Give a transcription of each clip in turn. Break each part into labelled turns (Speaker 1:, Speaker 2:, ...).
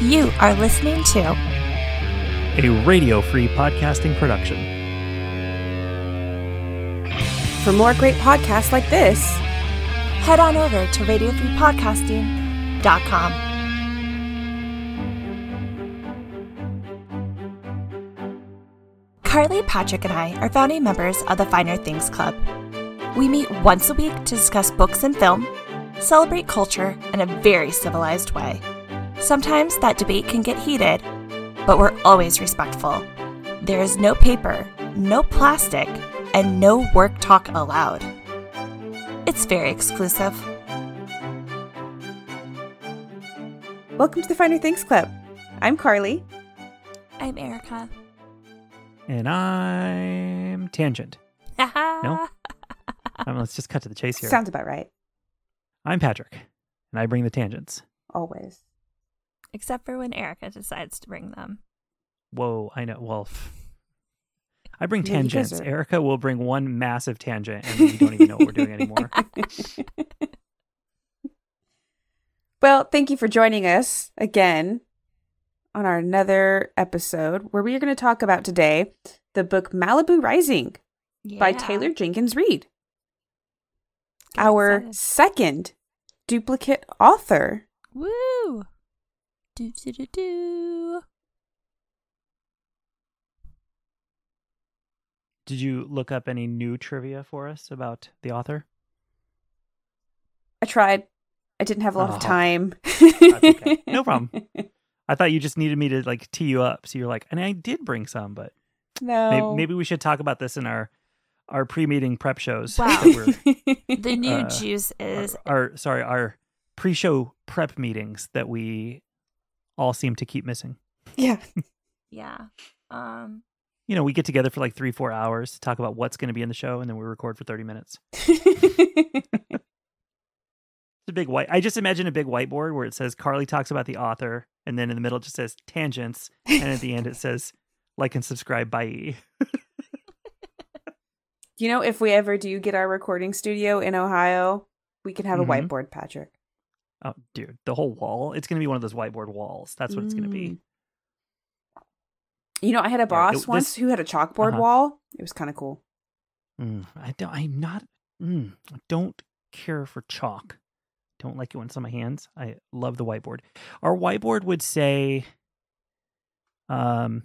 Speaker 1: You are listening to
Speaker 2: a radio free podcasting production.
Speaker 3: For more great podcasts like this,
Speaker 1: head on over to radio3podcasting.com. Carly, Patrick, and I are founding members of the Finer Things Club. We meet once a week to discuss books and film, celebrate culture in a very civilized way. Sometimes that debate can get heated, but we're always respectful. There is no paper, no plastic, and no work talk allowed. It's very exclusive.
Speaker 3: welcome to the Finer Things Club. I'm Carly.
Speaker 1: I'm Erica.
Speaker 2: And I'm Tangent.
Speaker 1: no?
Speaker 2: Um, let's just cut to the chase here.
Speaker 3: Sounds about right.
Speaker 2: I'm Patrick, and I bring the tangents.
Speaker 3: Always.
Speaker 1: Except for when Erica decides to bring them.
Speaker 2: Whoa, I know. Well, pff. I bring
Speaker 3: Yeah, you guys
Speaker 2: tangents.
Speaker 3: are-
Speaker 2: Erica will bring one massive tangent, and we don't even know what we're doing anymore.
Speaker 3: Well, thank you for joining us again on our another episode where we are going to talk about today the book Malibu Rising by
Speaker 1: Yeah.
Speaker 3: Taylor Jenkins Reid,
Speaker 1: Get
Speaker 3: our
Speaker 1: excited.
Speaker 3: second duplicate author.
Speaker 1: Woo! Do do do do.
Speaker 2: Did you look up any new trivia for us about the author?
Speaker 3: I tried. I didn't have a lot
Speaker 2: Oh.
Speaker 3: of time.
Speaker 2: okay. No problem. I thought you just needed me to like tee you up. So you're like, and I did bring some, but may-
Speaker 3: No.
Speaker 2: maybe we should talk about this in our our pre-meeting prep shows.
Speaker 1: Wow.
Speaker 2: that we're-
Speaker 1: The new
Speaker 2: Uh,
Speaker 1: juice is
Speaker 2: our, our sorry our pre-show prep meetings that we all seem to keep missing
Speaker 3: yeah.
Speaker 1: yeah. Um,
Speaker 2: you know we get together for like three four hours to talk about what's going to be in the show and then we record for 30 minutes it's a big white i just imagine a big whiteboard where it says carly talks about the author and then in the middle it just says tangents and at the end it says like and subscribe bye
Speaker 3: You know, if we ever do get our recording studio in Ohio, we can have a
Speaker 2: Mhm.
Speaker 3: whiteboard, Patrick.
Speaker 2: oh dude the whole wall it's going to be one of those whiteboard walls that's what it's going to
Speaker 1: Mm.
Speaker 2: be
Speaker 3: You know, I had a
Speaker 2: Yeah, it-
Speaker 3: boss
Speaker 2: this-
Speaker 3: once who had a chalkboard
Speaker 2: Uh-huh.
Speaker 3: wall. It was kind of cool.
Speaker 2: Mm, i don't i'm not mm, I don't care for chalk don't like it when it's on my hands i love the whiteboard our whiteboard would say um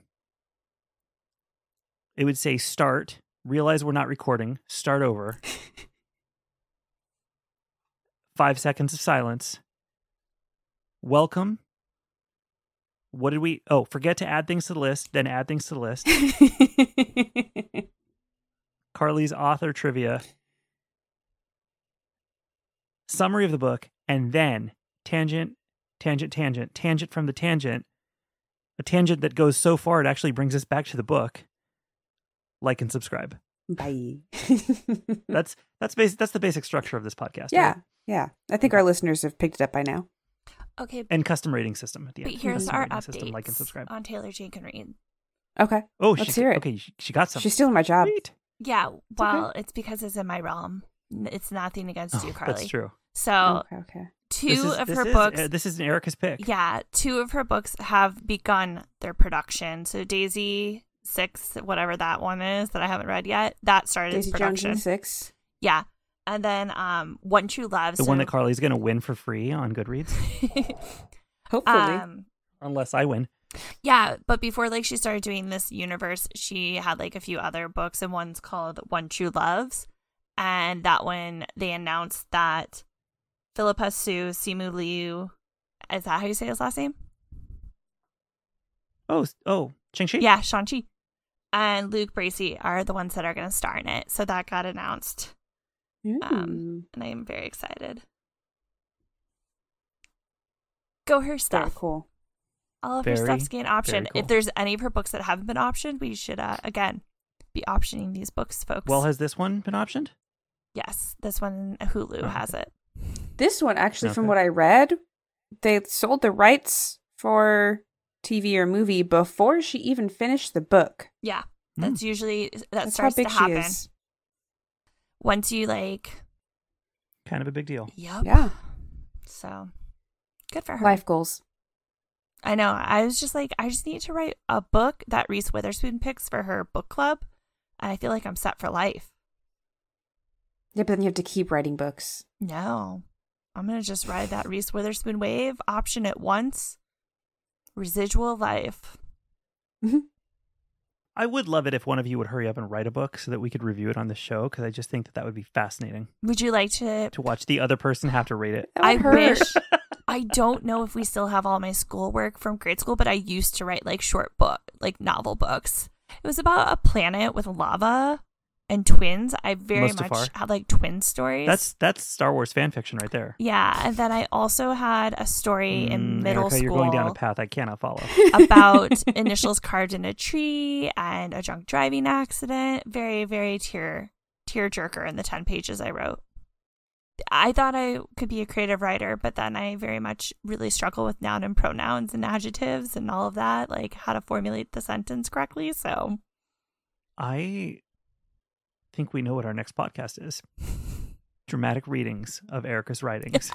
Speaker 2: it would say start realize we're not recording start over five seconds of silence welcome what did we oh forget to add things to the list then add things to the list Carly's author trivia, summary of the book, and then tangent, tangent, tangent, tangent from the tangent, a tangent that goes so far it actually brings us back to the book. Like and subscribe.
Speaker 3: Bye.
Speaker 2: That's that's basic. That's the basic structure of this podcast.
Speaker 3: Hmm. yeah.
Speaker 2: right?
Speaker 3: Yeah. I think our listeners have picked it up by now.
Speaker 1: okay,
Speaker 2: And custom rating system at the
Speaker 1: but
Speaker 2: end.
Speaker 1: here's
Speaker 2: Custom
Speaker 1: our
Speaker 2: rating
Speaker 1: update
Speaker 2: system. Like and subscribe.
Speaker 1: on Taylor Jenkins Reid.
Speaker 3: Okay.
Speaker 2: Oh,
Speaker 3: Let's
Speaker 2: she,
Speaker 3: hear it.
Speaker 2: Okay, she, she got something.
Speaker 3: She's stealing my job.
Speaker 2: Sweet.
Speaker 1: Yeah,
Speaker 3: okay.
Speaker 1: well, it's because it's in my realm. N- It's nothing against
Speaker 2: Oh,
Speaker 1: you, Carly.
Speaker 2: that's true.
Speaker 1: So
Speaker 3: Okay. Okay.
Speaker 1: two
Speaker 2: This is-
Speaker 1: of
Speaker 2: this
Speaker 1: her
Speaker 2: is-
Speaker 1: books.
Speaker 2: uh, this is an Erica's pick.
Speaker 1: Yeah, two of her books have begun their production. So Daisy Six, whatever that one is that I haven't read yet, that started its
Speaker 3: Daisy Jones
Speaker 1: production.
Speaker 3: and Six.
Speaker 1: yeah, and then um, One True Love,
Speaker 2: The
Speaker 1: so,
Speaker 2: one that Carly's going to win for free on Goodreads,
Speaker 3: Hopefully.
Speaker 1: um,
Speaker 2: unless I win.
Speaker 1: yeah, but before like she started doing this universe, she had like a few other books, and one's called One True Loves, and that one they announced that Philippa Sue Simu Liu, is that how you say his last name?
Speaker 2: Oh, s- oh, Ching Shi.
Speaker 1: Yeah, Shang-Chi. And Luke Bracey are the ones that are going to star in it. So that got announced.
Speaker 3: Hmm.
Speaker 1: Um, and I am very excited. Go her
Speaker 3: Very
Speaker 1: stuff.
Speaker 3: cool.
Speaker 1: All of her
Speaker 2: Very,
Speaker 1: stuff's getting optioned.
Speaker 2: very cool.
Speaker 1: If there's any of her books that haven't been optioned, we should, uh, again, be optioning these books, folks.
Speaker 2: Well, has this one been optioned?
Speaker 1: yes, this one, Hulu
Speaker 2: Oh,
Speaker 1: has it.
Speaker 3: This one, actually, from
Speaker 2: Okay.
Speaker 3: what I read, they sold the rights for TV or movie before she even finished the book.
Speaker 1: Yeah, that's usually, that
Speaker 3: Hmm. That's how
Speaker 1: starts
Speaker 3: big
Speaker 1: to
Speaker 3: she
Speaker 1: happen.
Speaker 3: is.
Speaker 1: Once you, like,
Speaker 2: Kind of a big deal.
Speaker 1: yep.
Speaker 3: Yeah.
Speaker 1: So, good for her.
Speaker 3: Life goals.
Speaker 1: I know. I was just like, I just need to write a book that Reese Witherspoon picks for her book club, and I feel like I'm set for life.
Speaker 3: Yeah, but then you have to keep writing books.
Speaker 1: No, I'm gonna just ride that Reese Witherspoon wave. Option it once, residual life.
Speaker 2: I would love it if one of you would hurry up and write a book so that we could review it on the show because I just think that that would be fascinating
Speaker 1: Would you like to?
Speaker 2: to watch the other person have to read it.
Speaker 3: That would
Speaker 1: I
Speaker 3: hurt.
Speaker 1: wish. I don't know if we still have all my schoolwork from grade school, but I used to write like short book, like novel books. It was about a planet with lava and twins. I very
Speaker 2: Mustafar.
Speaker 1: much had like twin stories.
Speaker 2: That's that's Star Wars fan fiction right there.
Speaker 1: yeah, and then I also had a story in
Speaker 2: Mm,
Speaker 1: middle
Speaker 2: Erica,
Speaker 1: school.
Speaker 2: You're going down a path I cannot follow.
Speaker 1: about initials carved in a tree and a drunk driving accident. Very, very tear tearjerker in the ten pages I wrote. I thought I could be a creative writer, but then I very much really struggle with noun and pronouns and adjectives and all of that, like how to formulate the sentence correctly. So
Speaker 2: I think we know what our next podcast is. Dramatic readings of Erica's writings.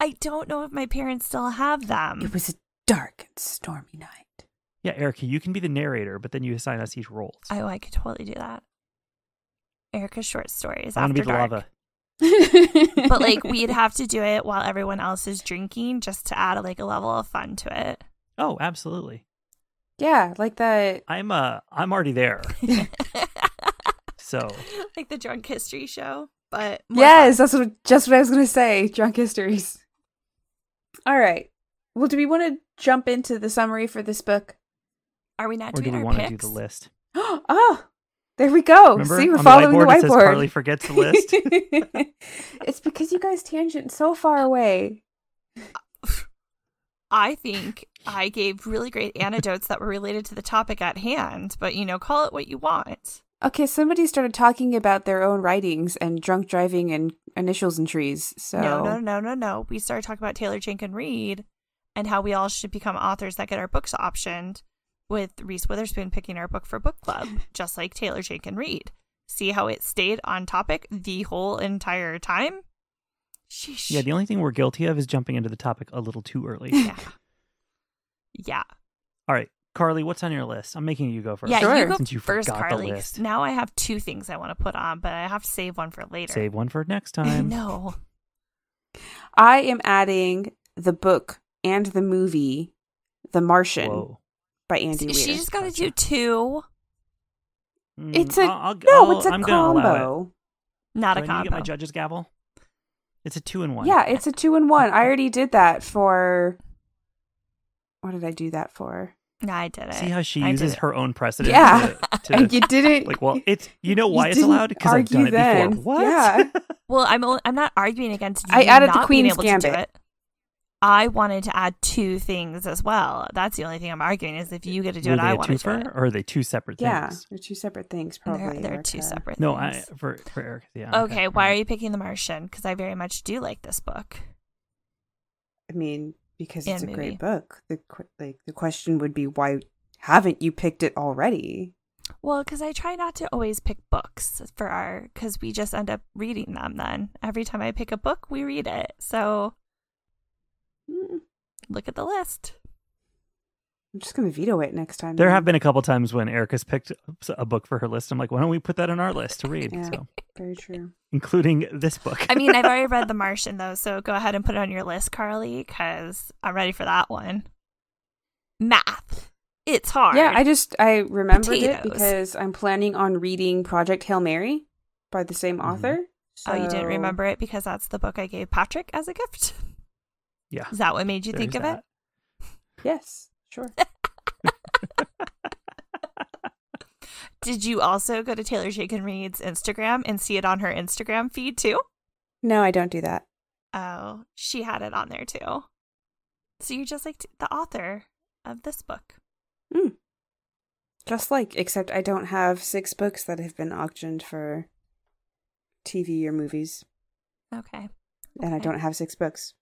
Speaker 1: I don't know if my parents still have
Speaker 3: It
Speaker 1: them.
Speaker 3: was a dark and stormy night.
Speaker 2: yeah, Erica, you can be the narrator, but then you assign us each role.
Speaker 1: Oh, I could totally do that. Erica's short stories.
Speaker 2: I want to
Speaker 1: after
Speaker 2: be the
Speaker 1: dark.
Speaker 2: lava.
Speaker 1: but like we'd have to do it while everyone else is drinking just to add like a level of fun to it
Speaker 2: Oh, absolutely.
Speaker 3: yeah, like that.
Speaker 2: I'm uh I'm already there. so
Speaker 1: like the drunk history show but more
Speaker 3: yes,
Speaker 1: fun.
Speaker 3: that's what just what I was gonna say. Drunk histories. All right. Well, do we want to jump into the summary for this book?
Speaker 1: are we not
Speaker 2: or do
Speaker 1: doing
Speaker 2: we
Speaker 1: our
Speaker 2: want
Speaker 1: picks
Speaker 2: to do the list?
Speaker 3: oh, there we go.
Speaker 2: Remember
Speaker 3: Oh, See, we're
Speaker 2: on
Speaker 3: following
Speaker 2: the whiteboard, it
Speaker 3: the
Speaker 2: says
Speaker 3: whiteboard.
Speaker 2: Carly forgets the list.
Speaker 3: it's because you guys tangent so far away.
Speaker 1: i think i gave really great anecdotes that were related to the topic at hand but you know call it what you want
Speaker 3: Okay, somebody started talking about their own writings and drunk driving and initials and trees. So
Speaker 1: no no no no no we started talking about taylor jenkins reid and how we all should become authors that get our books optioned with reese witherspoon picking our book for book club just like taylor jenkins reid see how it stayed on topic the whole entire time Sheesh.
Speaker 2: Yeah, the only thing we're guilty of is jumping into the topic a little too early.
Speaker 1: yeah yeah
Speaker 2: All right, Carly, what's on your list? I'm making you go first.
Speaker 1: yeah you
Speaker 3: Sure.
Speaker 1: go
Speaker 2: Since you
Speaker 1: first
Speaker 2: forgot the
Speaker 1: carly 'cause
Speaker 2: list.
Speaker 1: now i have two things i want to put on but i have to save one for later
Speaker 2: Save one for next
Speaker 1: i
Speaker 2: time.
Speaker 1: know
Speaker 3: I am adding the book and the movie, The Martian
Speaker 2: Whoa.
Speaker 3: by Andy Weir.
Speaker 1: she just got to do two
Speaker 2: Mm,
Speaker 3: It's a
Speaker 2: I'll- I'll-
Speaker 3: no,
Speaker 2: I'll-
Speaker 3: it's a
Speaker 2: I'm gonna allow it.
Speaker 3: combo.
Speaker 1: not
Speaker 2: Do
Speaker 1: a
Speaker 2: I need to get my
Speaker 1: combo
Speaker 2: judge's gavel. It's a two and one.
Speaker 3: Yeah, it's a two and one. I already did that for. What did I do that for?
Speaker 1: no i did it
Speaker 2: See how she
Speaker 1: I did
Speaker 2: uses
Speaker 1: it.
Speaker 2: her own precedent.
Speaker 3: Yeah.
Speaker 2: To,
Speaker 3: And
Speaker 2: to
Speaker 3: you didn't.
Speaker 2: like, well, it's you know
Speaker 3: you
Speaker 2: why it's
Speaker 3: didn't
Speaker 2: allowed because I've done
Speaker 3: argue
Speaker 2: it
Speaker 3: then.
Speaker 2: before. What?
Speaker 3: Yeah.
Speaker 1: Well, I'm only, I'm not arguing against you.
Speaker 3: I added the
Speaker 1: not being
Speaker 3: Queen's
Speaker 1: able To do
Speaker 3: Gambit.
Speaker 1: it. I wanted to add two things as well. That's the only thing I'm arguing is if you get to do
Speaker 2: Were
Speaker 1: it,
Speaker 2: they
Speaker 1: I
Speaker 2: a
Speaker 1: want to do
Speaker 2: twofer,
Speaker 1: it.
Speaker 2: or are they two separate
Speaker 3: yeah,
Speaker 2: things?
Speaker 3: they're two separate things.
Speaker 1: And
Speaker 3: Probably
Speaker 1: They're, they're two
Speaker 3: Erica.
Speaker 1: separate.
Speaker 2: No, I
Speaker 1: things.
Speaker 2: for for Eric. Yeah.
Speaker 1: Okay, why
Speaker 2: all
Speaker 1: are
Speaker 2: right.
Speaker 1: you picking The Martian? Because I very much do like this book.
Speaker 3: I mean, because it's a
Speaker 1: And movie.
Speaker 3: great book. The qu- like the question would be, why haven't you picked it already?
Speaker 1: Well, because I try not to always pick books for our, because we just end up reading them then. Every time I pick a book, we read it. So
Speaker 3: Mm,
Speaker 1: look at the list.
Speaker 3: I'm just gonna veto it next time.
Speaker 2: There
Speaker 3: then.
Speaker 2: have been a couple times when Erica's picked a book for her list. I'm like, why don't we put that on our list to read?
Speaker 3: Yeah.
Speaker 2: So,
Speaker 3: very true.
Speaker 2: including this book.
Speaker 1: I mean, I've already read The Martian, though, so go ahead and put it on your list, Carly, because I'm ready for that one. Math. It's hard.
Speaker 3: Yeah, I just I remembered it
Speaker 1: Potatoes.
Speaker 3: because I'm planning on reading Project Hail Mary by the same
Speaker 2: Mhm.
Speaker 3: author. So
Speaker 1: Oh, you didn't remember it because that's the book I gave Patrick as a gift?
Speaker 2: yeah.
Speaker 1: Is that what made you think
Speaker 2: there's
Speaker 1: of
Speaker 2: that.
Speaker 1: it?
Speaker 3: Yes, sure.
Speaker 1: Did you also go to Taylor Shakin Reed's Instagram and see it on her Instagram feed, too?
Speaker 3: no, I don't do that.
Speaker 1: Oh, she had it on there, too. So you're just like t- the author of this book.
Speaker 3: Mm. Just like, except I don't have six books that have been auctioned for TV or movies,
Speaker 1: Okay.
Speaker 3: and I
Speaker 1: Okay.
Speaker 3: don't have six books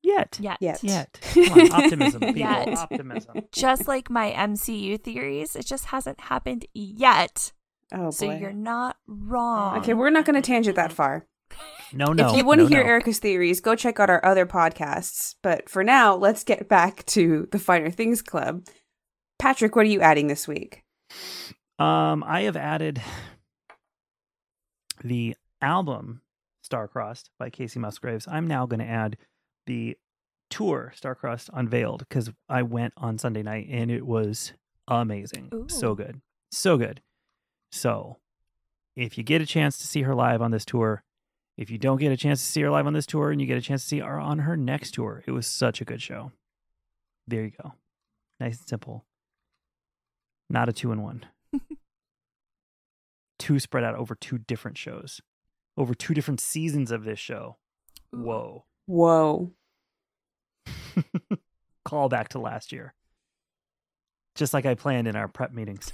Speaker 2: Yet.
Speaker 1: Yet.
Speaker 3: yet.
Speaker 2: Yet. Come on, optimism, people.
Speaker 1: Yet.
Speaker 2: Optimism.
Speaker 1: Just like my MCU theories, it just hasn't happened yet.
Speaker 3: Oh boy.
Speaker 1: so you're not wrong.
Speaker 3: okay, we're not going to tangent that far.
Speaker 2: No, Oh, no.
Speaker 3: if you want to
Speaker 2: no,
Speaker 3: hear
Speaker 2: no.
Speaker 3: Erica's theories, go check out our other podcasts. But for now, let's get back to the Finer Things Club. Patrick, what are you adding this week?
Speaker 2: Um, I have added the album Starcrossed by Casey Musgraves. I'm now going to add the tour Starcrossed Unveiled because I went on Sunday night and it was amazing. So
Speaker 1: Ooh.
Speaker 2: good. So good. So if you get a chance to see her live on this tour, if you don't get a chance to see her live on this tour and you get a chance to see her on her next tour, it was such a good show. There you go. Nice and simple. Not a two in one two spread out over two different shows, over two different seasons of this show. Whoa.
Speaker 3: Whoa.
Speaker 2: Call back to last year. Just like I planned in our prep meetings.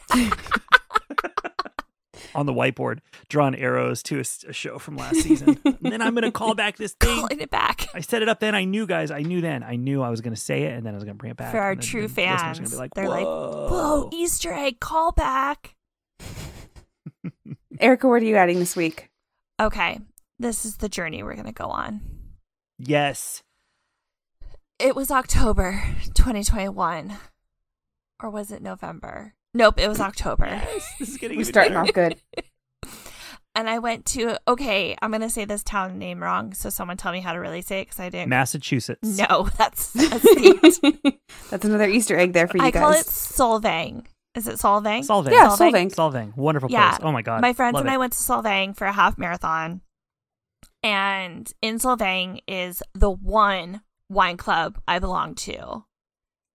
Speaker 2: On the whiteboard, drawn arrows to a, s- a show from last season. and then I'm going to call back this thing.
Speaker 1: Calling it back.
Speaker 2: I set it up then. I knew, guys. I knew then. I knew I was going to say it and then I was going to bring it back.
Speaker 1: For our
Speaker 2: and then
Speaker 1: true
Speaker 2: the listeners are gonna
Speaker 1: fans,
Speaker 2: be like,
Speaker 1: they're like,
Speaker 2: "Whoa."
Speaker 1: Whoa, Easter egg callback.
Speaker 3: Erica, what are you adding this week?
Speaker 1: Okay, this is the journey we're going to go on.
Speaker 2: Yes.
Speaker 1: It was October 2021. Or was it November? Nope, it was October.
Speaker 2: Yes. This is getting
Speaker 3: We're
Speaker 2: even
Speaker 3: starting
Speaker 2: better.
Speaker 3: off good.
Speaker 1: And I went to, okay, I'm going to say this town name wrong. So someone tell me how to really say it because I didn't.
Speaker 2: Massachusetts.
Speaker 1: No, that's a state.
Speaker 3: That's another Easter egg there for you
Speaker 1: I
Speaker 3: guys.
Speaker 1: call it Solvang. Is it Solvang?
Speaker 2: Solvang.
Speaker 3: yeah,
Speaker 1: Solvang.
Speaker 3: Solvang.
Speaker 2: Solvang. Wonderful
Speaker 1: Yeah.
Speaker 2: place. Oh my god.
Speaker 1: My friends
Speaker 2: Love
Speaker 1: and
Speaker 2: it.
Speaker 1: I went to Solvang for a half marathon. And in Solvang is the one wine club I belong to.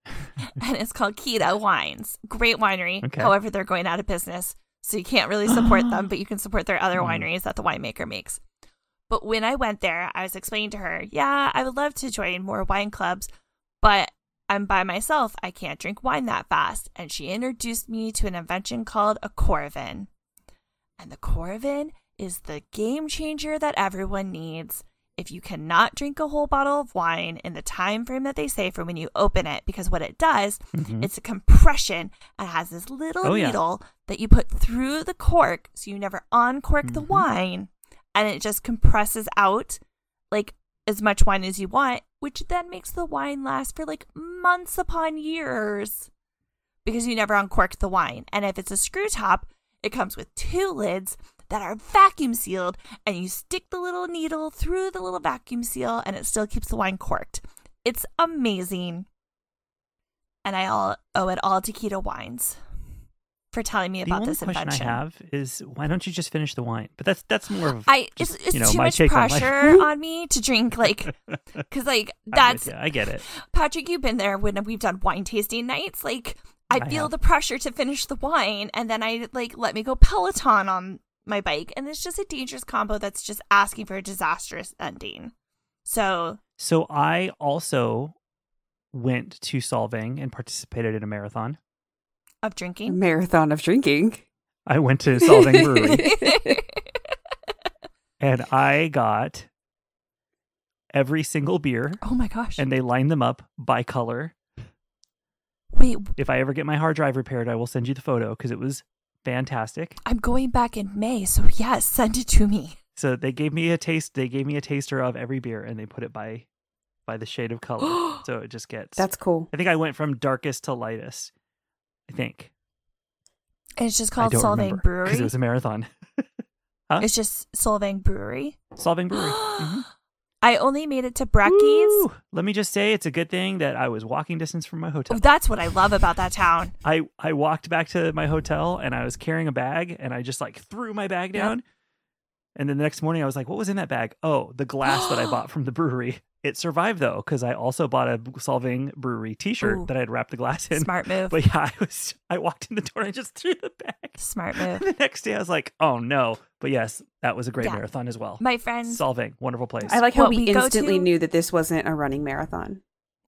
Speaker 1: and it's called Kita Wines. Great winery.
Speaker 2: Okay.
Speaker 1: However, they're going out of business. So you can't really support them, but you can support their other
Speaker 2: Mm-hmm.
Speaker 1: wineries that the winemaker makes. But when I went there, I was explaining to her, yeah, I would love to join more wine clubs, but I'm by myself. I can't drink wine that fast. And she introduced me to an invention called a Corvin. And the Corvin is the game changer that everyone needs. If you cannot drink a whole bottle of wine in the time frame that they say for when you open it, because what it does,
Speaker 2: Mhm.
Speaker 1: it's a compression and has this little
Speaker 2: Oh, yeah.
Speaker 1: needle that you put through the cork, so you never uncork the
Speaker 2: Mhm.
Speaker 1: wine, and it just compresses out like as much wine as you want, which then makes the wine last for like months upon years because you never uncork the wine. And if it's a screw top, it comes with two lids that are vacuum sealed, and you stick the little needle through the little vacuum seal, and it still keeps the wine corked. It's amazing. And I all owe it all to Keto Wines for telling me
Speaker 2: the
Speaker 1: about
Speaker 2: only
Speaker 1: this
Speaker 2: question
Speaker 1: invention.
Speaker 2: I have is why don't you just finish the wine? But that's that's more of
Speaker 1: I-
Speaker 2: just,
Speaker 1: it's, it's
Speaker 2: you know,
Speaker 1: too
Speaker 2: my
Speaker 1: much
Speaker 2: take on life.
Speaker 1: pressure on, me to drink like because like
Speaker 2: I'm with
Speaker 1: that's
Speaker 2: ya, I get it.
Speaker 1: Patrick, you've been there when we've done wine tasting nights. Like I,
Speaker 2: I
Speaker 1: feel
Speaker 2: have.
Speaker 1: the pressure to finish the wine, and then I like let me go Peloton on my bike, and it's just a dangerous combo that's just asking for a disastrous ending. So
Speaker 2: So I also went to Solvang and participated in a marathon.
Speaker 1: of
Speaker 3: A
Speaker 1: drinking,
Speaker 3: marathon of drinking.
Speaker 2: I went to Solvang Brewery and I got every single beer
Speaker 1: oh my gosh!
Speaker 2: and they lined them up by color.
Speaker 1: Wait,
Speaker 2: If I ever get my hard drive repaired, I will send you the photo because it was fantastic.
Speaker 1: I'm going back in May, so yes, send it to me.
Speaker 2: So they gave me a taste. They gave me a taster of every beer, and they put it by by the shade of color. so it just gets.
Speaker 3: That's cool.
Speaker 2: I think I went from darkest to lightest. I think
Speaker 1: And it's just
Speaker 2: I
Speaker 1: called
Speaker 2: don't
Speaker 1: Solvang
Speaker 2: remember,
Speaker 1: Brewery.
Speaker 2: 'cause it was a marathon. huh?
Speaker 1: It's just Solvang Brewery.
Speaker 2: Solving brewery. Mhm.
Speaker 1: I only made it to Breckies.
Speaker 2: Woo! Let me just say, it's a good thing that I was walking distance from my hotel.
Speaker 1: Oh, that's what I love about that town.
Speaker 2: I I walked back to my hotel and I was carrying a bag and I just like threw my bag
Speaker 1: Yep.
Speaker 2: down. And then the next morning I was like, what was in that bag? Oh, the glass that I bought from the brewery. It survived though cuz I also bought a Solving Brewery t-shirt
Speaker 1: Ooh.
Speaker 2: that I had wrapped the glass in.
Speaker 1: Smart move.
Speaker 2: But yeah, I was I walked in the door and I just threw the bag.
Speaker 1: Smart
Speaker 2: And
Speaker 1: move.
Speaker 2: the next day I was like, oh no. But yes, that was a great
Speaker 1: Yeah.
Speaker 2: marathon as well.
Speaker 1: My friends,
Speaker 2: Solving, wonderful place.
Speaker 3: I like how
Speaker 1: What
Speaker 3: we,
Speaker 1: we go
Speaker 3: instantly
Speaker 1: to-
Speaker 3: knew that this wasn't a running marathon.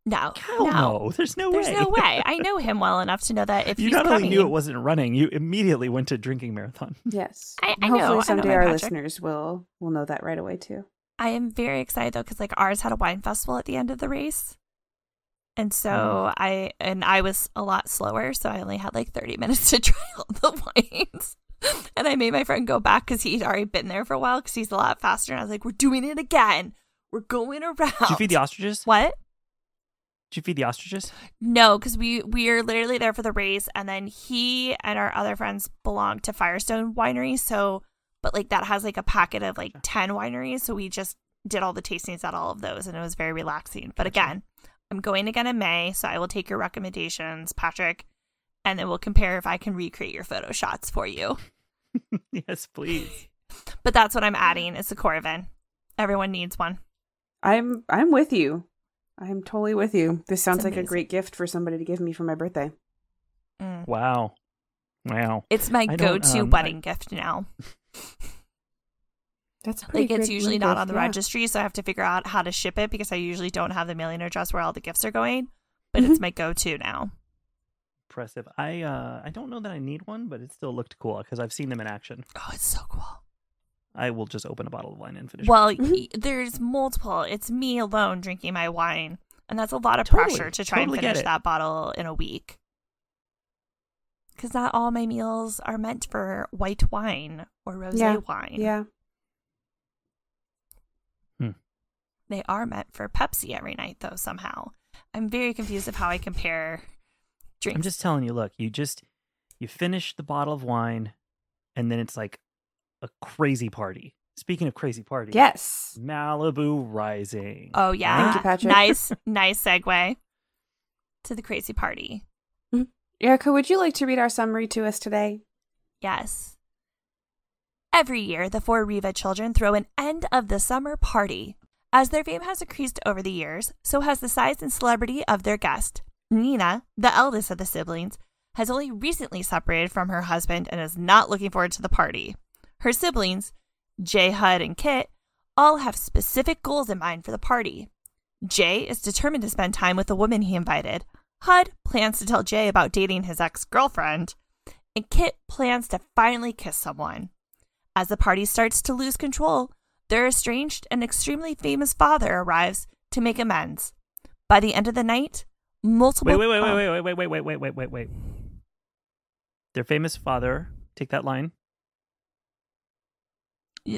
Speaker 1: no,
Speaker 2: Hell
Speaker 1: no,
Speaker 2: no. There's no
Speaker 1: there's
Speaker 2: way.
Speaker 1: no way. I know him well enough to know that if
Speaker 2: you
Speaker 1: he's
Speaker 2: not
Speaker 1: coming,
Speaker 2: only knew it wasn't running, you immediately went to drinking marathon.
Speaker 3: Yes.
Speaker 1: I- I know, I
Speaker 3: Hopefully
Speaker 1: know
Speaker 3: someday
Speaker 1: my
Speaker 3: our
Speaker 1: Patrick.
Speaker 3: listeners will will know that right away too.
Speaker 1: I am very excited though because like ours had a wine festival at the end of the race, and so
Speaker 2: Mm.
Speaker 1: I and I was a lot slower, so I only had like 30 minutes to try all the wines. and I made my friend go back because he'd already been there for a while because he's a lot faster. And I was like, we're doing it again. We're going around.
Speaker 2: Did you feed the ostriches?
Speaker 1: What?
Speaker 2: Did you feed the ostriches?
Speaker 1: No, because we we are literally there for the race, and then he and our other friends belong to Firestone Winery. So, but like that has like a packet of like ten wineries. So we just did all the tastings at all of those, and it was very relaxing. But again, I'm going again in May, so I will take your recommendations, Patrick, and then we'll compare if I can recreate your photo shots for you.
Speaker 2: yes, please.
Speaker 1: But that's what I'm adding. It's a Corvin. Everyone needs one.
Speaker 3: I'm I'm with you. I'm totally with you. This sounds
Speaker 1: It's
Speaker 3: like a
Speaker 1: amazing.
Speaker 3: great gift for somebody to give me for my birthday.
Speaker 1: Mm.
Speaker 2: Wow. Wow.
Speaker 1: It's my
Speaker 2: I don't,
Speaker 1: go-to
Speaker 2: um, I-
Speaker 1: wedding gift now.
Speaker 3: That's
Speaker 1: Like it's usually not on the registry, so I have to figure out how to ship it because I usually don't have the mailing address where all the gifts are going. But
Speaker 2: Mm-hmm.
Speaker 1: it's my go-to now.
Speaker 2: Impressive. I uh I don't know that I need one, but it still looked cool because I've seen them in action.
Speaker 1: Oh, it's so cool.
Speaker 2: I will just open a bottle of wine and finish.
Speaker 1: Well,
Speaker 3: Mhm.
Speaker 1: y- there's multiple. It's me alone drinking my wine, and that's a lot of
Speaker 2: Totally.
Speaker 1: pressure to try
Speaker 2: Totally
Speaker 1: and
Speaker 2: get
Speaker 1: finish
Speaker 2: it.
Speaker 1: that bottle in a week. Because not all my meals are meant for white wine or rosé
Speaker 3: yeah.
Speaker 1: wine.
Speaker 3: Yeah.
Speaker 1: They are meant for Pepsi every night, though. Somehow, I'm very confused of how I compare drinks.
Speaker 2: I'm just telling you, look, you just you finish the bottle of wine and then it's like a crazy party. Speaking of crazy party,
Speaker 3: Yes.
Speaker 2: Malibu Rising.
Speaker 1: Oh yeah.
Speaker 3: Thank you, Patrick.
Speaker 1: Nice, nice segue to the crazy party.
Speaker 3: Mm-hmm. Erica, would you like to read our summary to us today?
Speaker 1: Yes. Every year, the four Riva children throw an end of the summer party. As their fame has increased over the years, so has the size and celebrity of their guest. Nina, the eldest of the siblings, has only recently separated from her husband and is not looking forward to the party. Her siblings, Jay Hud and Kit, all have specific goals in mind for the party. Jay is determined to spend time with the woman he invited. Hud plans to tell Jay about dating his ex girlfriend and Kit plans to finally kiss someone. As the party starts to lose control, their estranged and extremely famous father arrives to make amends. By the end of the night, multiple
Speaker 2: wait, wait, wait,
Speaker 1: oh,
Speaker 2: wait, wait, wait, wait, wait, wait, wait, wait, wait. Their famous father. Take that line.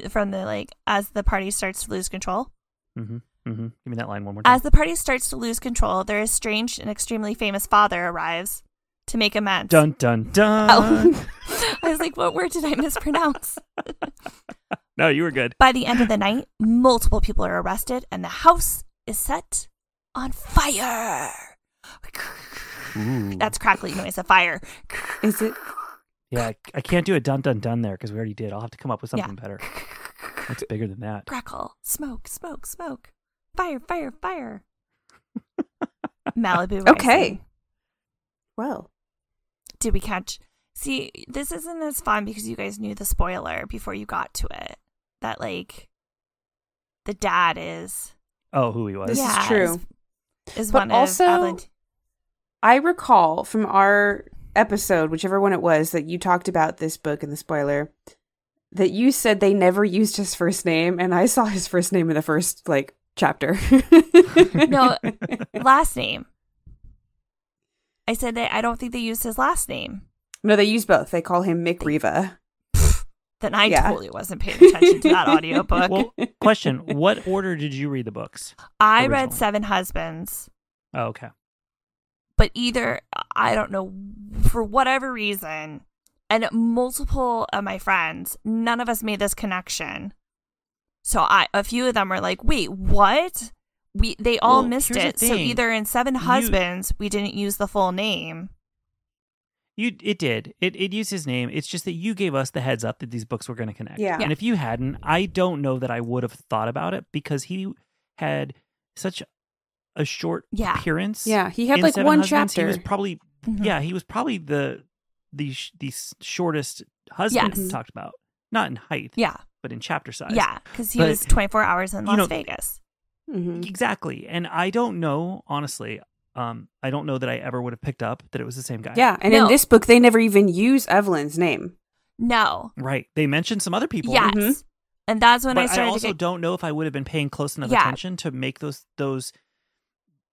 Speaker 1: from the like as the party starts to lose control.
Speaker 2: Mm-hmm. Mm-hmm. Give me that line one more time.
Speaker 1: As the party starts to lose control, their estranged and extremely famous father arrives to make amends.
Speaker 2: dun dun dun.
Speaker 1: Oh. I was like, what word did I mispronounce?
Speaker 2: no, you were good.
Speaker 1: By the end of the night, multiple people are arrested and the house is set on fire.
Speaker 2: Ooh.
Speaker 1: That's crackly noise of fire.
Speaker 3: Is it
Speaker 2: yeah. I- I can't do a dun dun dun there because we already did. I'll have to come up with
Speaker 1: Yeah.
Speaker 2: something better. That's bigger than that.
Speaker 1: Crackle, smoke, smoke, smoke. Fire, fire, fire. Malibu. Rising.
Speaker 3: Okay. well?
Speaker 1: Did we catch? See, this isn't as fun because you guys knew the spoiler before you got to it. That, like, the dad is.
Speaker 2: Oh, who he was.
Speaker 3: This
Speaker 1: Yeah,
Speaker 3: is true.
Speaker 1: Is
Speaker 3: But
Speaker 1: one
Speaker 3: also-
Speaker 1: of Avalanche-
Speaker 3: I recall from our episode, whichever one it was, that you talked about this book and the spoiler, that you said they never used his first name, and I saw his first name in the first like chapter.
Speaker 1: No, last name. I said that I don't think they used his last name.
Speaker 3: no, they use both. They call him Mick Riva.
Speaker 1: Then I
Speaker 3: Yeah.
Speaker 1: totally wasn't paying attention to that audiobook.
Speaker 2: Well, question: What order did you read the books?
Speaker 1: I read
Speaker 2: original.
Speaker 1: Seven Husbands,
Speaker 2: Oh, okay.
Speaker 1: but either I don't know for whatever reason, and multiple of my friends, none of us made this connection. So I, a few of them were like, "Wait, what?" We they all
Speaker 2: Well,
Speaker 1: missed
Speaker 2: here's the
Speaker 1: it. So
Speaker 2: thing.
Speaker 1: either in Seven
Speaker 2: You-
Speaker 1: Husbands we didn't use the full name.
Speaker 2: You it did. It it used his name. It's just that you gave us the heads up that these books were going to connect.
Speaker 3: Yeah.
Speaker 2: And if you hadn't, I don't know that I would have thought about it because he had such a short
Speaker 1: Yeah.
Speaker 2: appearance.
Speaker 3: Yeah, he had
Speaker 2: in
Speaker 3: like
Speaker 2: Seven
Speaker 3: one
Speaker 2: Husbands. He
Speaker 3: chapter. Mm-hmm.
Speaker 2: was probably
Speaker 1: Mhm.
Speaker 2: yeah, he was probably the the sh- the s- shortest husband
Speaker 1: Yes.
Speaker 2: talked about. Not in height,
Speaker 1: Yeah,
Speaker 2: but in chapter size.
Speaker 1: yeah, because he
Speaker 2: But-
Speaker 1: was 24 hours in
Speaker 2: you
Speaker 1: Las
Speaker 2: know-
Speaker 1: Vegas.
Speaker 3: Mhm.
Speaker 2: E-, Exactly. And I don't know, honestly, um, I don't know that I ever would have picked up that it was the same guy.
Speaker 3: Yeah, and
Speaker 1: No.
Speaker 3: in this book, they never even use Evelyn's name.
Speaker 1: No,
Speaker 2: Right. They mentioned some other people.
Speaker 1: Yes.
Speaker 3: Mhm.
Speaker 1: And that's when
Speaker 2: but
Speaker 1: I started
Speaker 2: also
Speaker 1: to get
Speaker 2: don't know if I would have been paying close enough
Speaker 1: Yeah.
Speaker 2: attention to make those those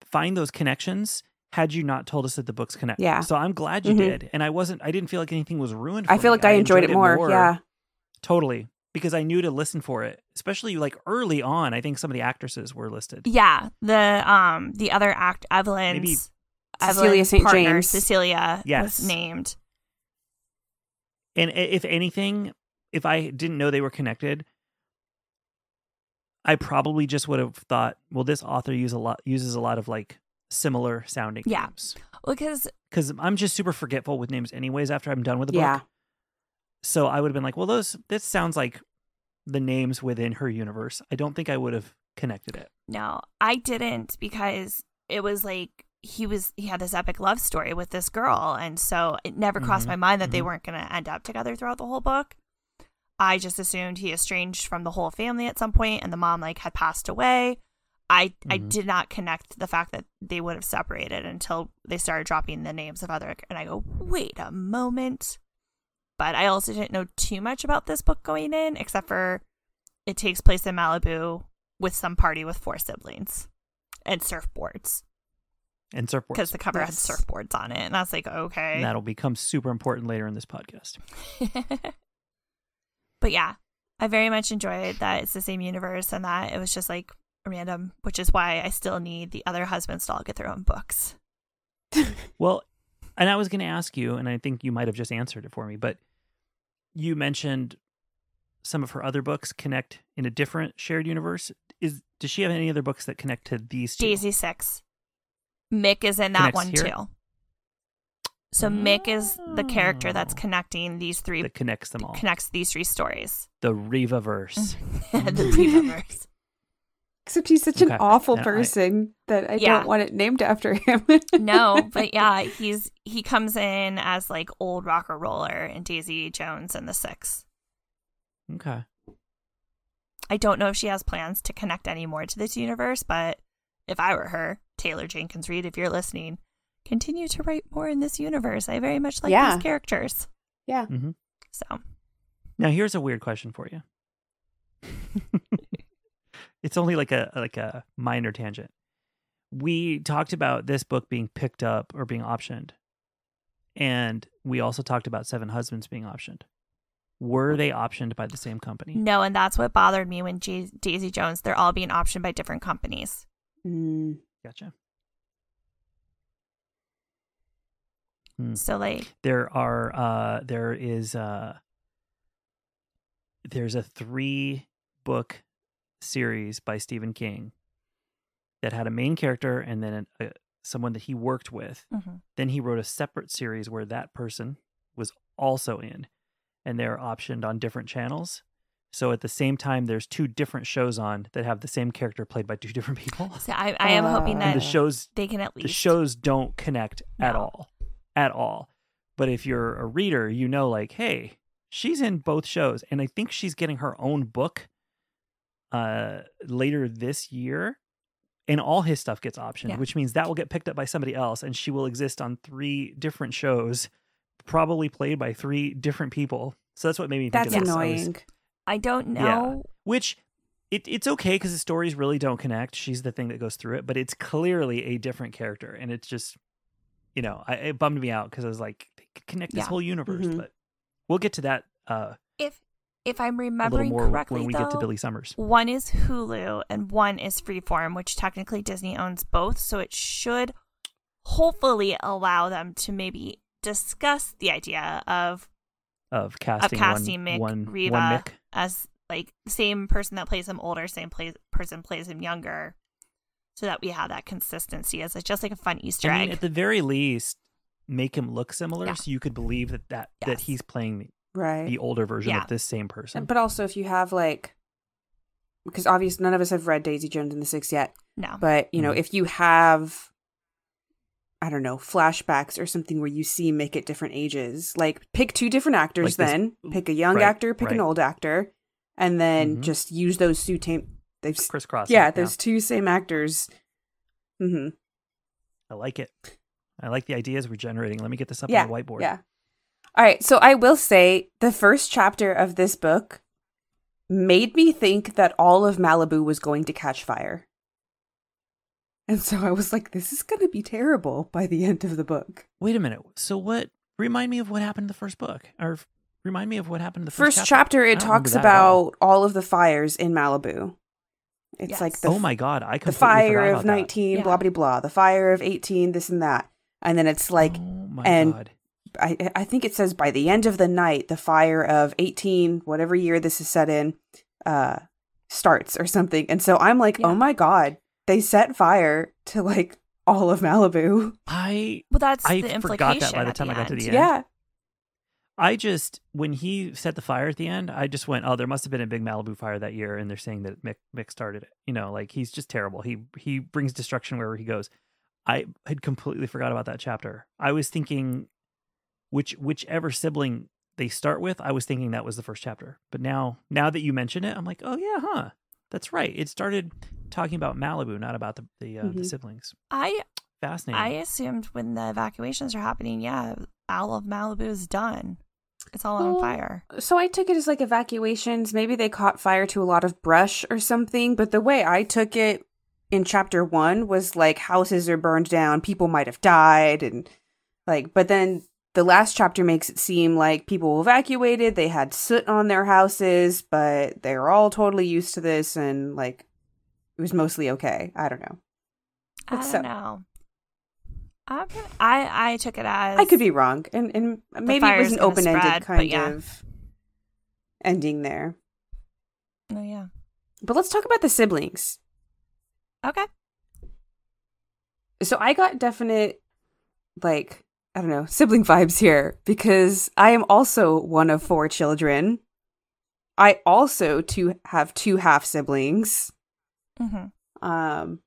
Speaker 2: find those connections had you not told us that the books connect.
Speaker 3: Yeah.
Speaker 2: So I'm glad you
Speaker 3: Mhm.
Speaker 2: did. And I wasn't I didn't feel like anything was ruined for
Speaker 3: I feel
Speaker 2: me.
Speaker 3: like I, enjoyed, it more. Yeah.
Speaker 2: Totally. Because I knew to listen for it, especially like early on. I think some of the actresses were listed.
Speaker 1: Yeah, the um the other act Evelyn's
Speaker 2: Maybe-
Speaker 3: Cecilia
Speaker 1: Evelyn's
Speaker 3: St.
Speaker 1: partner,
Speaker 3: James.
Speaker 1: Cecilia
Speaker 2: Yes.
Speaker 1: was named.
Speaker 2: And i- if anything, if I didn't know they were connected, I probably just would have thought, well, this author use a lot uses a lot of like similar sounding
Speaker 1: Yeah.
Speaker 2: names.
Speaker 1: Because
Speaker 2: Because I'm just super forgetful with names anyways after I'm done with the
Speaker 3: Yeah.
Speaker 2: book. So I would have been like, well, those this sounds like the names within her universe. I don't think I would have connected it.
Speaker 1: no, I didn't because it was like he was he had this epic love story with this girl and so it never crossed
Speaker 2: Mhm,
Speaker 1: my mind that they
Speaker 2: mhm.
Speaker 1: weren't going to end up together throughout the whole book. I just assumed he estranged from the whole family at some point and the mom like had passed away. I I
Speaker 2: Mhm.
Speaker 1: did not connect the fact that they would have separated until they started dropping the names of other and I go, "Wait a moment." But I also didn't know too much about this book going in except for it takes place in Malibu with some party with four siblings and surfboards
Speaker 2: And surfboards.
Speaker 1: because the cover had
Speaker 3: Yes.
Speaker 1: surfboards on it and I was like, "Okay."
Speaker 2: And that'll become super important later in this podcast.
Speaker 1: but yeah, I very much enjoyed that it's the same universe and that it was just like random, which is why I still need the other husbands to all get their own books.
Speaker 2: Well, and I was going to ask you, and I think you might have just answered it for me, but you mentioned some of her other books connect in a different shared universe. Is does she have any other books that connect to these two?
Speaker 1: Daisy Six. Mick is in that
Speaker 2: Connects
Speaker 1: one
Speaker 2: here?
Speaker 1: too. So Mick is the character that's
Speaker 2: Oh.
Speaker 1: connecting these three
Speaker 2: that connects them all?
Speaker 1: connects these three stories.
Speaker 2: the Riva verse.
Speaker 1: the pre-lovers.
Speaker 3: Except he's such an
Speaker 2: Okay.
Speaker 3: awful
Speaker 2: And I-
Speaker 3: person that I
Speaker 1: Yeah.
Speaker 3: don't want it named after him.
Speaker 1: no, but yeah, he's he comes in as like old rocker roller and Daisy Jones and the Six.
Speaker 2: Okay.
Speaker 1: I don't know if she has plans to connect any more to this universe, but if I were her, Taylor Jenkins Reid, if you're listening, continue to write more in this universe. I very much like
Speaker 3: Yeah.
Speaker 1: these characters.
Speaker 3: Yeah.
Speaker 2: hmm
Speaker 1: So
Speaker 2: Now here's a weird question for you. it's only like a like a minor tangent. We talked about this book being picked up or being optioned. And we also talked about Seven Husbands being optioned. Were they optioned by the same company?
Speaker 1: no, and that's what bothered me when J- Daisy Jones. They're all being optioned by different companies.
Speaker 3: Mm.
Speaker 2: Gotcha. Hmm.
Speaker 1: So like,
Speaker 2: There are uh there is uh there's a three book series by Stephen King that had a main character and then a, someone that he worked with.
Speaker 1: mhm.
Speaker 2: Then he wrote a separate series where that person was also in and they're optioned on different channels. So at the same time there's two different shows on that have the same character played by two different people.
Speaker 1: so I, I am hoping
Speaker 3: Uh,
Speaker 2: And
Speaker 1: that
Speaker 2: the shows
Speaker 1: they can at least
Speaker 2: the shows don't connect at
Speaker 1: No.
Speaker 2: all at all but if you're a reader you know like hey she's in both shows and i think she's getting her own book uh later this year and all his stuff gets optioned
Speaker 1: Yeah.
Speaker 2: which means that will get picked up by somebody else and she will exist on three different shows probably played by three different people so that's what made me think
Speaker 3: That's
Speaker 2: of this. I was-
Speaker 3: annoying.
Speaker 1: I don't
Speaker 2: Yeah.
Speaker 1: know.
Speaker 2: which it, it's okay because the stories really don't connect. She's the thing that goes through it, but it's clearly a different character, and it's just, you know, I, it bummed me out because I was like, they could connect this
Speaker 1: Yeah. Mm-hmm.
Speaker 2: whole universe,
Speaker 3: Mhm.
Speaker 2: but we'll get to that uh,
Speaker 1: If if I'm
Speaker 2: a little
Speaker 1: remembering
Speaker 2: more
Speaker 1: correctly,
Speaker 2: when we
Speaker 1: though,
Speaker 2: get to Billy Summers.
Speaker 1: One is Hulu and one is Freeform, which technically Disney owns both, so it should hopefully allow them to maybe discuss the idea of
Speaker 2: Of casting,
Speaker 1: of casting
Speaker 2: one,
Speaker 1: Mick
Speaker 2: one,
Speaker 1: Reba
Speaker 2: one Mick.
Speaker 1: as like same person that plays him older, same play- person plays him younger, so that we have that consistency as it's just like a fun Easter
Speaker 2: I
Speaker 1: egg.
Speaker 2: mean, at the very least, make him look similar
Speaker 1: Yeah.
Speaker 2: so you could believe that that, that
Speaker 1: Yes.
Speaker 2: he's playing the,
Speaker 3: Right.
Speaker 2: the older version
Speaker 1: Yeah.
Speaker 2: of this same person.
Speaker 3: And- But also, if you have like, because obviously none of us have read Daisy Jones and the Six yet,
Speaker 1: no,
Speaker 3: but you know,
Speaker 2: Mhm.
Speaker 3: if you have, I don't know, flashbacks or something where you see Mick at different ages, like pick two different
Speaker 2: Like
Speaker 3: actors,
Speaker 2: this-
Speaker 3: then pick a young
Speaker 2: Right,
Speaker 3: actor, pick an
Speaker 2: right.
Speaker 3: old actor, and then
Speaker 2: Mhm.
Speaker 3: just use those two tam- they've s-
Speaker 2: Crisscross.
Speaker 3: yeah, those two same actors. hmm
Speaker 2: I like it. I like the ideas we're generating. Let me get this up
Speaker 3: yeah,
Speaker 2: on the whiteboard.
Speaker 3: Yeah. All right. So I will say the first chapter of this book made me think that all of Malibu was going to catch fire. And so I was like, this is going to be terrible by the end of the book.
Speaker 2: Wait a minute. So what? Remind me of what happened in the first book, or f- remind me of what happened in the first,
Speaker 3: First, chapter,
Speaker 2: I
Speaker 3: it
Speaker 2: don't remember
Speaker 3: talks
Speaker 2: that at all.
Speaker 3: about all of the fires in Malibu. It's
Speaker 1: Yes.
Speaker 3: like the
Speaker 2: oh my god, I
Speaker 3: the
Speaker 2: completely
Speaker 3: fire
Speaker 2: forgot
Speaker 3: of
Speaker 2: about that.
Speaker 3: 19
Speaker 1: Yeah.
Speaker 3: blah blah blah the fire of 18 this and that and then it's like
Speaker 2: oh my
Speaker 3: and-
Speaker 2: god.
Speaker 3: I, I think it says by the end of the night the fire of 18 whatever year this is set in uh starts or something and so i'm like
Speaker 1: Yeah.
Speaker 3: oh my god they set fire to like all of malibu
Speaker 2: I
Speaker 1: Well, that's
Speaker 2: I
Speaker 1: the
Speaker 2: forgot
Speaker 1: implication.
Speaker 2: that by the
Speaker 1: at
Speaker 2: time I got to
Speaker 1: end.
Speaker 2: the
Speaker 3: yeah,
Speaker 2: end. I just when he set the fire at the end, I just went, "Oh, there must have been a big Malibu fire that year," and they're saying that Mick Mick started it. You know, like he's just terrible. He he brings destruction wherever he goes. I had completely forgot about that chapter. I was thinking, which whichever sibling they start with, I was thinking that was the first chapter. But now now that you mention it, I'm like, oh yeah, huh? That's right. It started talking about Malibu, not about the the, uh, the
Speaker 3: Mhm.
Speaker 2: siblings.
Speaker 1: I
Speaker 2: Fascinating.
Speaker 1: I assumed when the evacuations are happening, yeah, all of Malibu is done. It's all on
Speaker 3: Well,
Speaker 1: fire.
Speaker 3: So I took it as like evacuations. Maybe they caught fire to a lot of brush or something. But the way I took it in chapter one was like houses are burned down, people might have died, and like, but then the last chapter makes it seem like people evacuated, they had soot on their houses, but they were all totally used to this and like it was mostly okay. I don't know.
Speaker 1: I don't
Speaker 3: It's so-
Speaker 1: know. I'm gonna, I I took it as
Speaker 3: I could be wrong. And, and maybe it
Speaker 1: fire's
Speaker 3: was an
Speaker 1: gonna
Speaker 3: open ended
Speaker 1: spread, but
Speaker 3: kind
Speaker 1: yeah.
Speaker 3: of ending there.
Speaker 1: Oh yeah.
Speaker 3: But let's talk about the siblings.
Speaker 1: Okay.
Speaker 3: so I got definite like I don't know sibling vibes here because I am also one of four children. I also two have two half siblings,
Speaker 1: hmm
Speaker 3: um,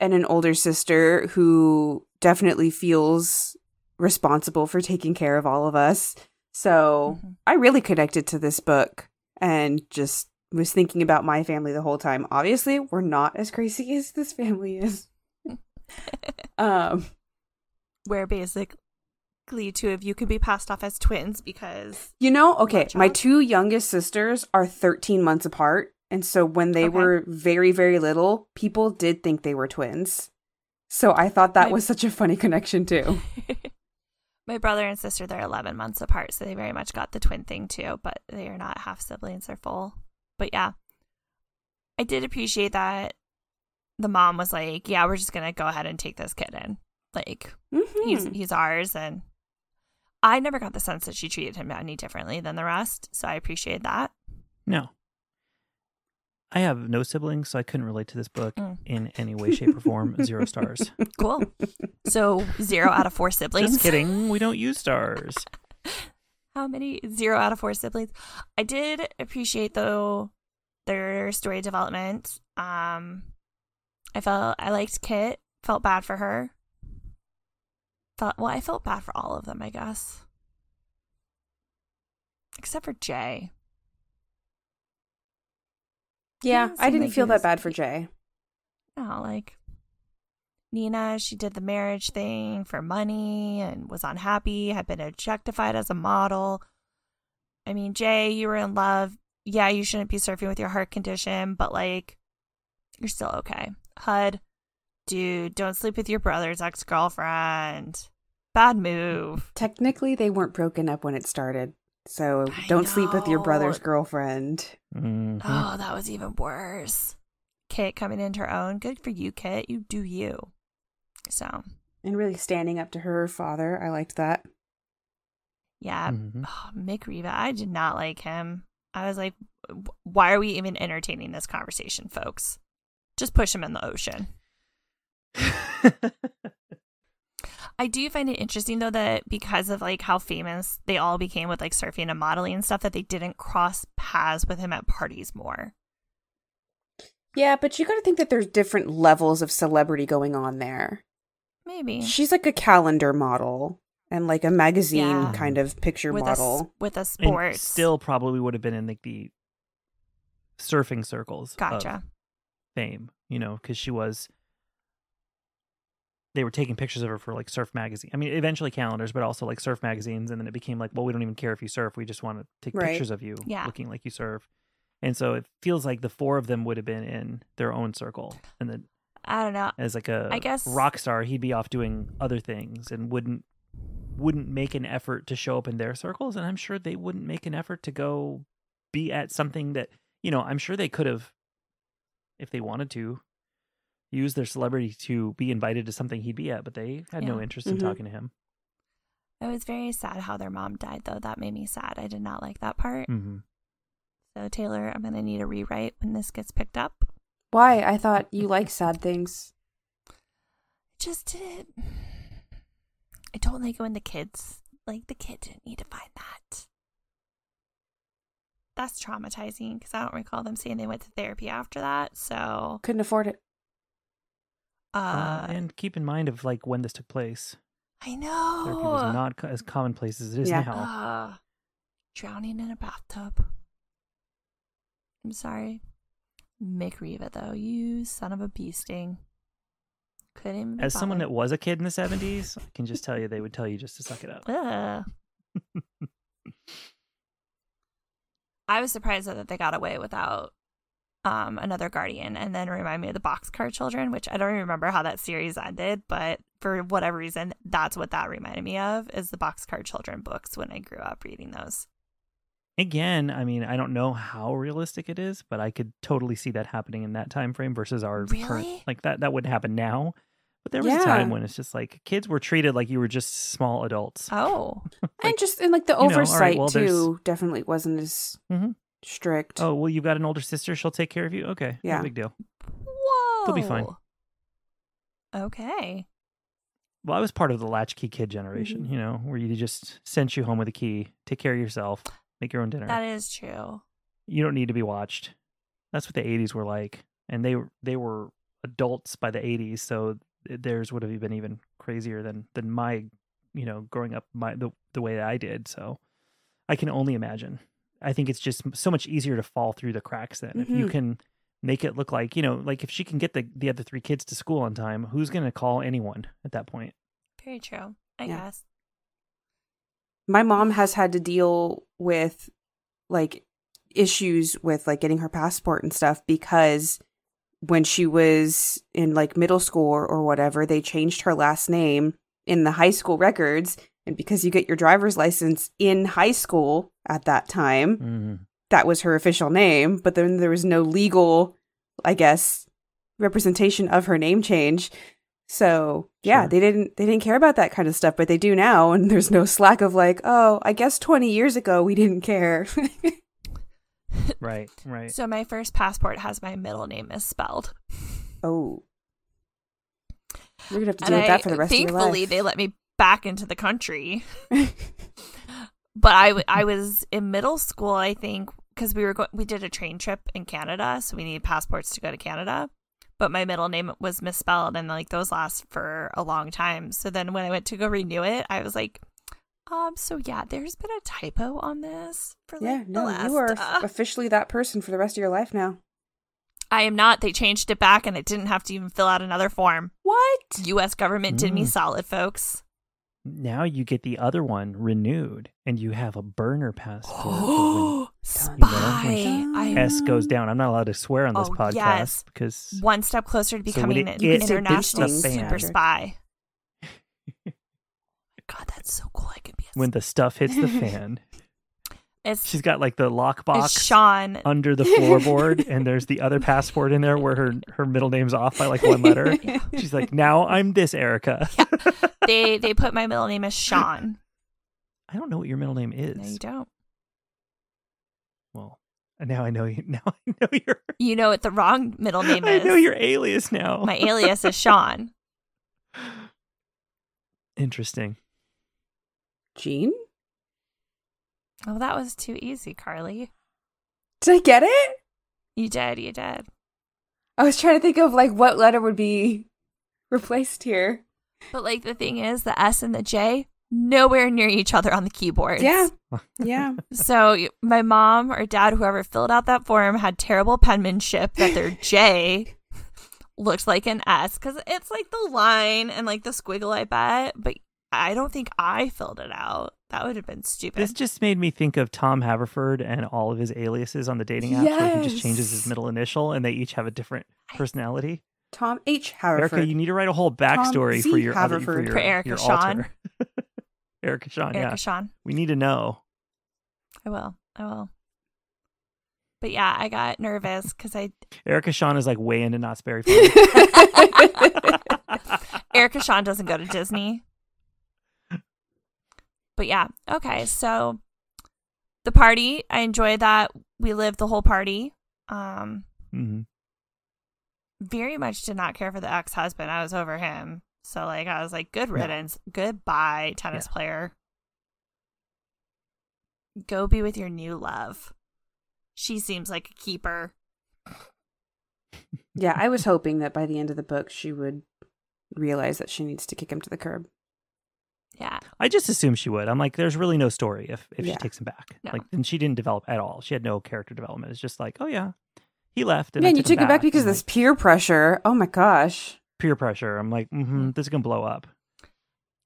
Speaker 3: and an older sister who definitely feels responsible for taking care of all of us. So
Speaker 1: Mhm.
Speaker 3: I really connected to this book and just was thinking about my family the whole time. Obviously, we're not as crazy as this family is. um
Speaker 1: Where basically two of you could be passed off as twins because
Speaker 3: You know, okay, my
Speaker 1: child?
Speaker 3: two youngest sisters are 13 months apart. And so when they
Speaker 1: Okay.
Speaker 3: were very, very little, people did think they were twins. So I thought that
Speaker 1: My-
Speaker 3: was such a funny connection too.
Speaker 1: my brother and sister they're 11 months apart, so they very much got the twin thing too. But they are not half siblings; they're full. But yeah, I did appreciate that the mom was like, "Yeah, we're just gonna go ahead and take this kid in. Like,
Speaker 3: Mm-hmm. Hmm.
Speaker 1: he's he's ours." And I never got the sense that she treated him any differently than the rest, so I appreciated that.
Speaker 2: No. I have no siblings, so I couldn't relate to this book
Speaker 1: Mm.
Speaker 2: in any way, shape, or form. Zero stars.
Speaker 1: Cool. so zero out of four siblings.
Speaker 2: Just kidding. We don't use stars.
Speaker 1: how many zero out of four siblings i did appreciate though their story development um i felt i liked kit felt bad for her felt well i felt bad for all of them i guess except for jay
Speaker 3: Yeah,
Speaker 1: Doesn't
Speaker 3: I
Speaker 1: seem
Speaker 3: didn't
Speaker 1: like
Speaker 3: feel
Speaker 1: he
Speaker 3: that
Speaker 1: was-
Speaker 3: bad for Jay.
Speaker 1: no like nina she did the marriage thing for money and was unhappy had been objectified as a model I mean, Jay, you were in love. Yeah, you shouldn't be surfing with your heart condition, but like, you're still okay. HUD, dude, don't sleep with your brother's ex girlfriend. Bad move.
Speaker 3: Technically, they weren't broken up when it started. So
Speaker 1: I
Speaker 3: don't sleep with your
Speaker 1: know.
Speaker 3: brother's girlfriend.
Speaker 2: Mhm.
Speaker 1: Oh, that was even worse. Kit coming into her own. Good for you, Kit. You do you. So,
Speaker 3: And really standing up to her father. I liked that.
Speaker 1: yeah.
Speaker 2: Mhm.
Speaker 1: Oh, Mick Riva, I did not like him. I was like, w- why are we even entertaining this conversation, folks? Just push him in the ocean. I do find it interesting though that because of like how famous they all became with like surfing and modeling and stuff that they didn't cross paths with him at parties more.
Speaker 3: Yeah, but you got to think that there's different levels of celebrity going on there.
Speaker 1: Maybe
Speaker 3: She's like a calendar model and like a magazine
Speaker 1: Yeah.
Speaker 3: kind of picture
Speaker 1: with a s-
Speaker 3: model.
Speaker 1: with a
Speaker 2: And
Speaker 1: sports
Speaker 2: still probably would have been in like the surfing circles. of
Speaker 1: gotcha.
Speaker 2: fame, you know, because she was. They were taking pictures of her for like surf magazine. I mean, eventually calendars, but also like surf magazines. And then it became like, well, we don't even care if you surf. We just want to take
Speaker 3: Right.
Speaker 2: pictures of you
Speaker 1: Yeah.
Speaker 2: looking like you surf. And so it feels like the four of them would have been in their own circle. And then
Speaker 1: I don't know.
Speaker 2: as like a
Speaker 1: I guess-
Speaker 2: rock star he'd be off doing other things and wouldn't wouldn't make an effort to show up in their circles and i'm sure they wouldn't make an effort to go be at something that you know i'm sure they could have if they wanted to use their celebrity to be invited to something he'd be at but they had no
Speaker 1: Yeah. Mm-hmm.
Speaker 2: interest
Speaker 3: Mhm.
Speaker 2: in talking to him
Speaker 1: I was very sad how their mom died, though. That made me sad. I did not like that part.
Speaker 2: hmm
Speaker 1: So, Taylor, I'm going to need a rewrite when this gets picked up.
Speaker 3: Why? I thought you like sad things.
Speaker 1: Just didn't. I don't like it when the kids, like, the kid didn't need to find that. That's traumatizing because I don't recall them saying they went to therapy after that. So,
Speaker 3: Couldn't afford it.
Speaker 1: uh,
Speaker 2: uh, and keep in mind of like when this took place
Speaker 1: I know.
Speaker 2: therapy was not co- as commonplace as it is
Speaker 3: Yeah.
Speaker 2: now
Speaker 1: Ah, drowning in a bathtub. I'm sorry. Mick Riva, though, you son of a bee sting. Couldn't even be
Speaker 2: as someone that
Speaker 1: bothered.
Speaker 2: was a kid in the 70s i can just tell you they would tell you just to suck it up
Speaker 1: Ugh. I was surprised that they got away without um, another guardian, and then remind me of the Boxcar Children, which I don't even remember how that series ended, but for whatever reason, that's what that reminded me of is the Boxcar Children books when I grew up reading those.
Speaker 2: again i mean i don't know how realistic it is but i could totally see that happening in that time frame versus our
Speaker 1: Really?
Speaker 2: current like that that would happen now but there was a time
Speaker 3: Yeah.
Speaker 2: when it's just like kids were treated like you were just small adults
Speaker 1: Oh.
Speaker 3: and just and like the
Speaker 2: you know, all right,
Speaker 3: oversight
Speaker 2: well, there's-
Speaker 3: too definitely wasn't as
Speaker 2: Mhm.
Speaker 3: strict.
Speaker 2: oh well you've got an older sister she'll take care of you okay
Speaker 3: Yeah.
Speaker 2: no big deal
Speaker 1: Whoa.
Speaker 2: They'll be fine.
Speaker 1: Okay.
Speaker 2: well i was part of the latchkey kid generation
Speaker 3: Mm-hmm.
Speaker 2: you know where you just sent you home with a key take care of yourself make your own dinner
Speaker 1: That is true.
Speaker 2: you don't need to be watched that's what the 80s were like and they they were adults by the 80s so theirs would have been even crazier than than my you know growing up my the, the way that i did so i can only imagine i think it's just so much easier to fall through the cracks then if you
Speaker 3: Mhm.
Speaker 2: can make it look like you know like if she can get the the other three kids to school on time who's going to call anyone at that point
Speaker 1: Very true. I
Speaker 3: Yeah.
Speaker 1: guess.
Speaker 3: My mom has had to deal with like issues with like getting her passport and stuff because when she was in like middle school or, or whatever, they changed her last name in the high school records. And because you get your driver's license in high school at that time,
Speaker 2: mm-hmm.
Speaker 3: that was her official name, but then there was no legal, I guess, representation of her name change. So yeah,
Speaker 2: Sure.
Speaker 3: they didn't they didn't care about that kind of stuff, but they do now, and there's no slack of like, oh, I guess 20 years ago we didn't care.
Speaker 2: right right
Speaker 1: So my first passport has my middle name misspelled.
Speaker 3: oh, you're gonna have to
Speaker 1: And
Speaker 3: deal with
Speaker 1: I-
Speaker 3: that for the rest of your life.
Speaker 1: thankfully, they let me back into the country. but I, w- I was in middle school, I think, because we were go- we did a train trip in Canada, so we needed passports to go to Canada. But my middle name was misspelled, and like those last for a long time. So then when I went to go renew it, I was like, um, so yeah, there's been a typo on this for like
Speaker 3: yeah,
Speaker 1: the
Speaker 3: no,
Speaker 1: last.
Speaker 3: you are
Speaker 1: uh,
Speaker 3: officially that person for the rest of your life now.
Speaker 1: I am not. They changed it back, and I didn't have to even fill out another form.
Speaker 3: What?
Speaker 1: U.S. government did me
Speaker 2: Mm.
Speaker 1: solid, folks.
Speaker 2: now you get the other one renewed and you have a burner passport for when
Speaker 1: Oh, spy!
Speaker 3: Dun,
Speaker 2: dun,
Speaker 3: dun.
Speaker 1: I
Speaker 2: S goes down. I'm not allowed to swear on this
Speaker 1: Mm-hmm. Oh,
Speaker 2: podcast
Speaker 1: yes.
Speaker 2: because
Speaker 1: one step closer to
Speaker 2: So would
Speaker 1: becoming
Speaker 2: it-
Speaker 1: an
Speaker 2: it-
Speaker 1: international
Speaker 2: it's the band.
Speaker 1: super spy. God, that's so cool! I could be. A
Speaker 2: when the stuff hits the fan,
Speaker 1: it's,
Speaker 2: she's got like the
Speaker 1: it's
Speaker 2: lockbox
Speaker 1: Sean.
Speaker 2: under the floorboard, and there's the other passport in there where her her middle name's off by like one letter. She's like, now I'm this Erica.
Speaker 1: they they put my middle name as Sean.
Speaker 2: I don't know what your middle name
Speaker 1: No, you
Speaker 2: is.
Speaker 1: don't.
Speaker 2: well, now I know you. Now I know your.
Speaker 1: You know what the wrong middle name
Speaker 2: I
Speaker 1: is.
Speaker 2: know your alias now.
Speaker 1: my alias is Sean.
Speaker 2: Interesting.
Speaker 3: Jean?
Speaker 1: Oh, that was too easy, Carly.
Speaker 3: Did I get it?
Speaker 1: You did. You did.
Speaker 3: I was trying to think of like what letter would be replaced here.
Speaker 1: But like the thing is, the S and the J nowhere near each other on the keyboards.
Speaker 3: Yeah. Yeah.
Speaker 1: So y- my mom or dad, whoever filled out that form, had terrible penmanship that their J looked like an S because it's like the line and like the squiggle. I bet, but I don't think I filled it out. That would have been stupid.
Speaker 2: This just made me think of Tom Haverford and all of his aliases on the dating apps where he just changes his
Speaker 3: Yes.
Speaker 2: middle initial and they each have a different personality.
Speaker 3: Tom H. Haverford.
Speaker 2: Erica, you need to write a whole backstory
Speaker 3: Z.
Speaker 2: for your other, for
Speaker 3: Haverford.
Speaker 2: your,
Speaker 1: For Erica
Speaker 2: your
Speaker 1: Shawn.
Speaker 2: alter. Erica Sean,
Speaker 1: Erica
Speaker 2: yeah.
Speaker 1: Sean.
Speaker 2: We need to know.
Speaker 1: I will. I will. But yeah, I got nervous because I
Speaker 2: Erica Sean is like way into Knott's Berry Farm.
Speaker 1: Erica Sean doesn't go to Disney. But yeah, okay. So the party, I enjoy that we lived the whole party. Um,
Speaker 2: hmm
Speaker 1: very much did not care for the ex husband. I was over him. So like I was like, good riddance, goodbye, tennis
Speaker 2: Yeah.
Speaker 1: player. Go be with your new love. She seems like a keeper.
Speaker 3: yeah, I was hoping that by the end of the book she would realize that she needs to kick him to the curb.
Speaker 1: Yeah.
Speaker 2: I just assumed she would. I'm like, there's really no story if, if
Speaker 3: Yeah.
Speaker 2: she takes him back.
Speaker 1: No.
Speaker 2: Like, and she didn't develop at all. She had no character development. It's just like, oh yeah, he left. And I
Speaker 3: Man, you took it back because of
Speaker 2: and,
Speaker 3: this
Speaker 2: like,
Speaker 3: peer pressure. Oh my gosh.
Speaker 2: peer pressure. I'm like, mm-hmm, this is gonna blow up.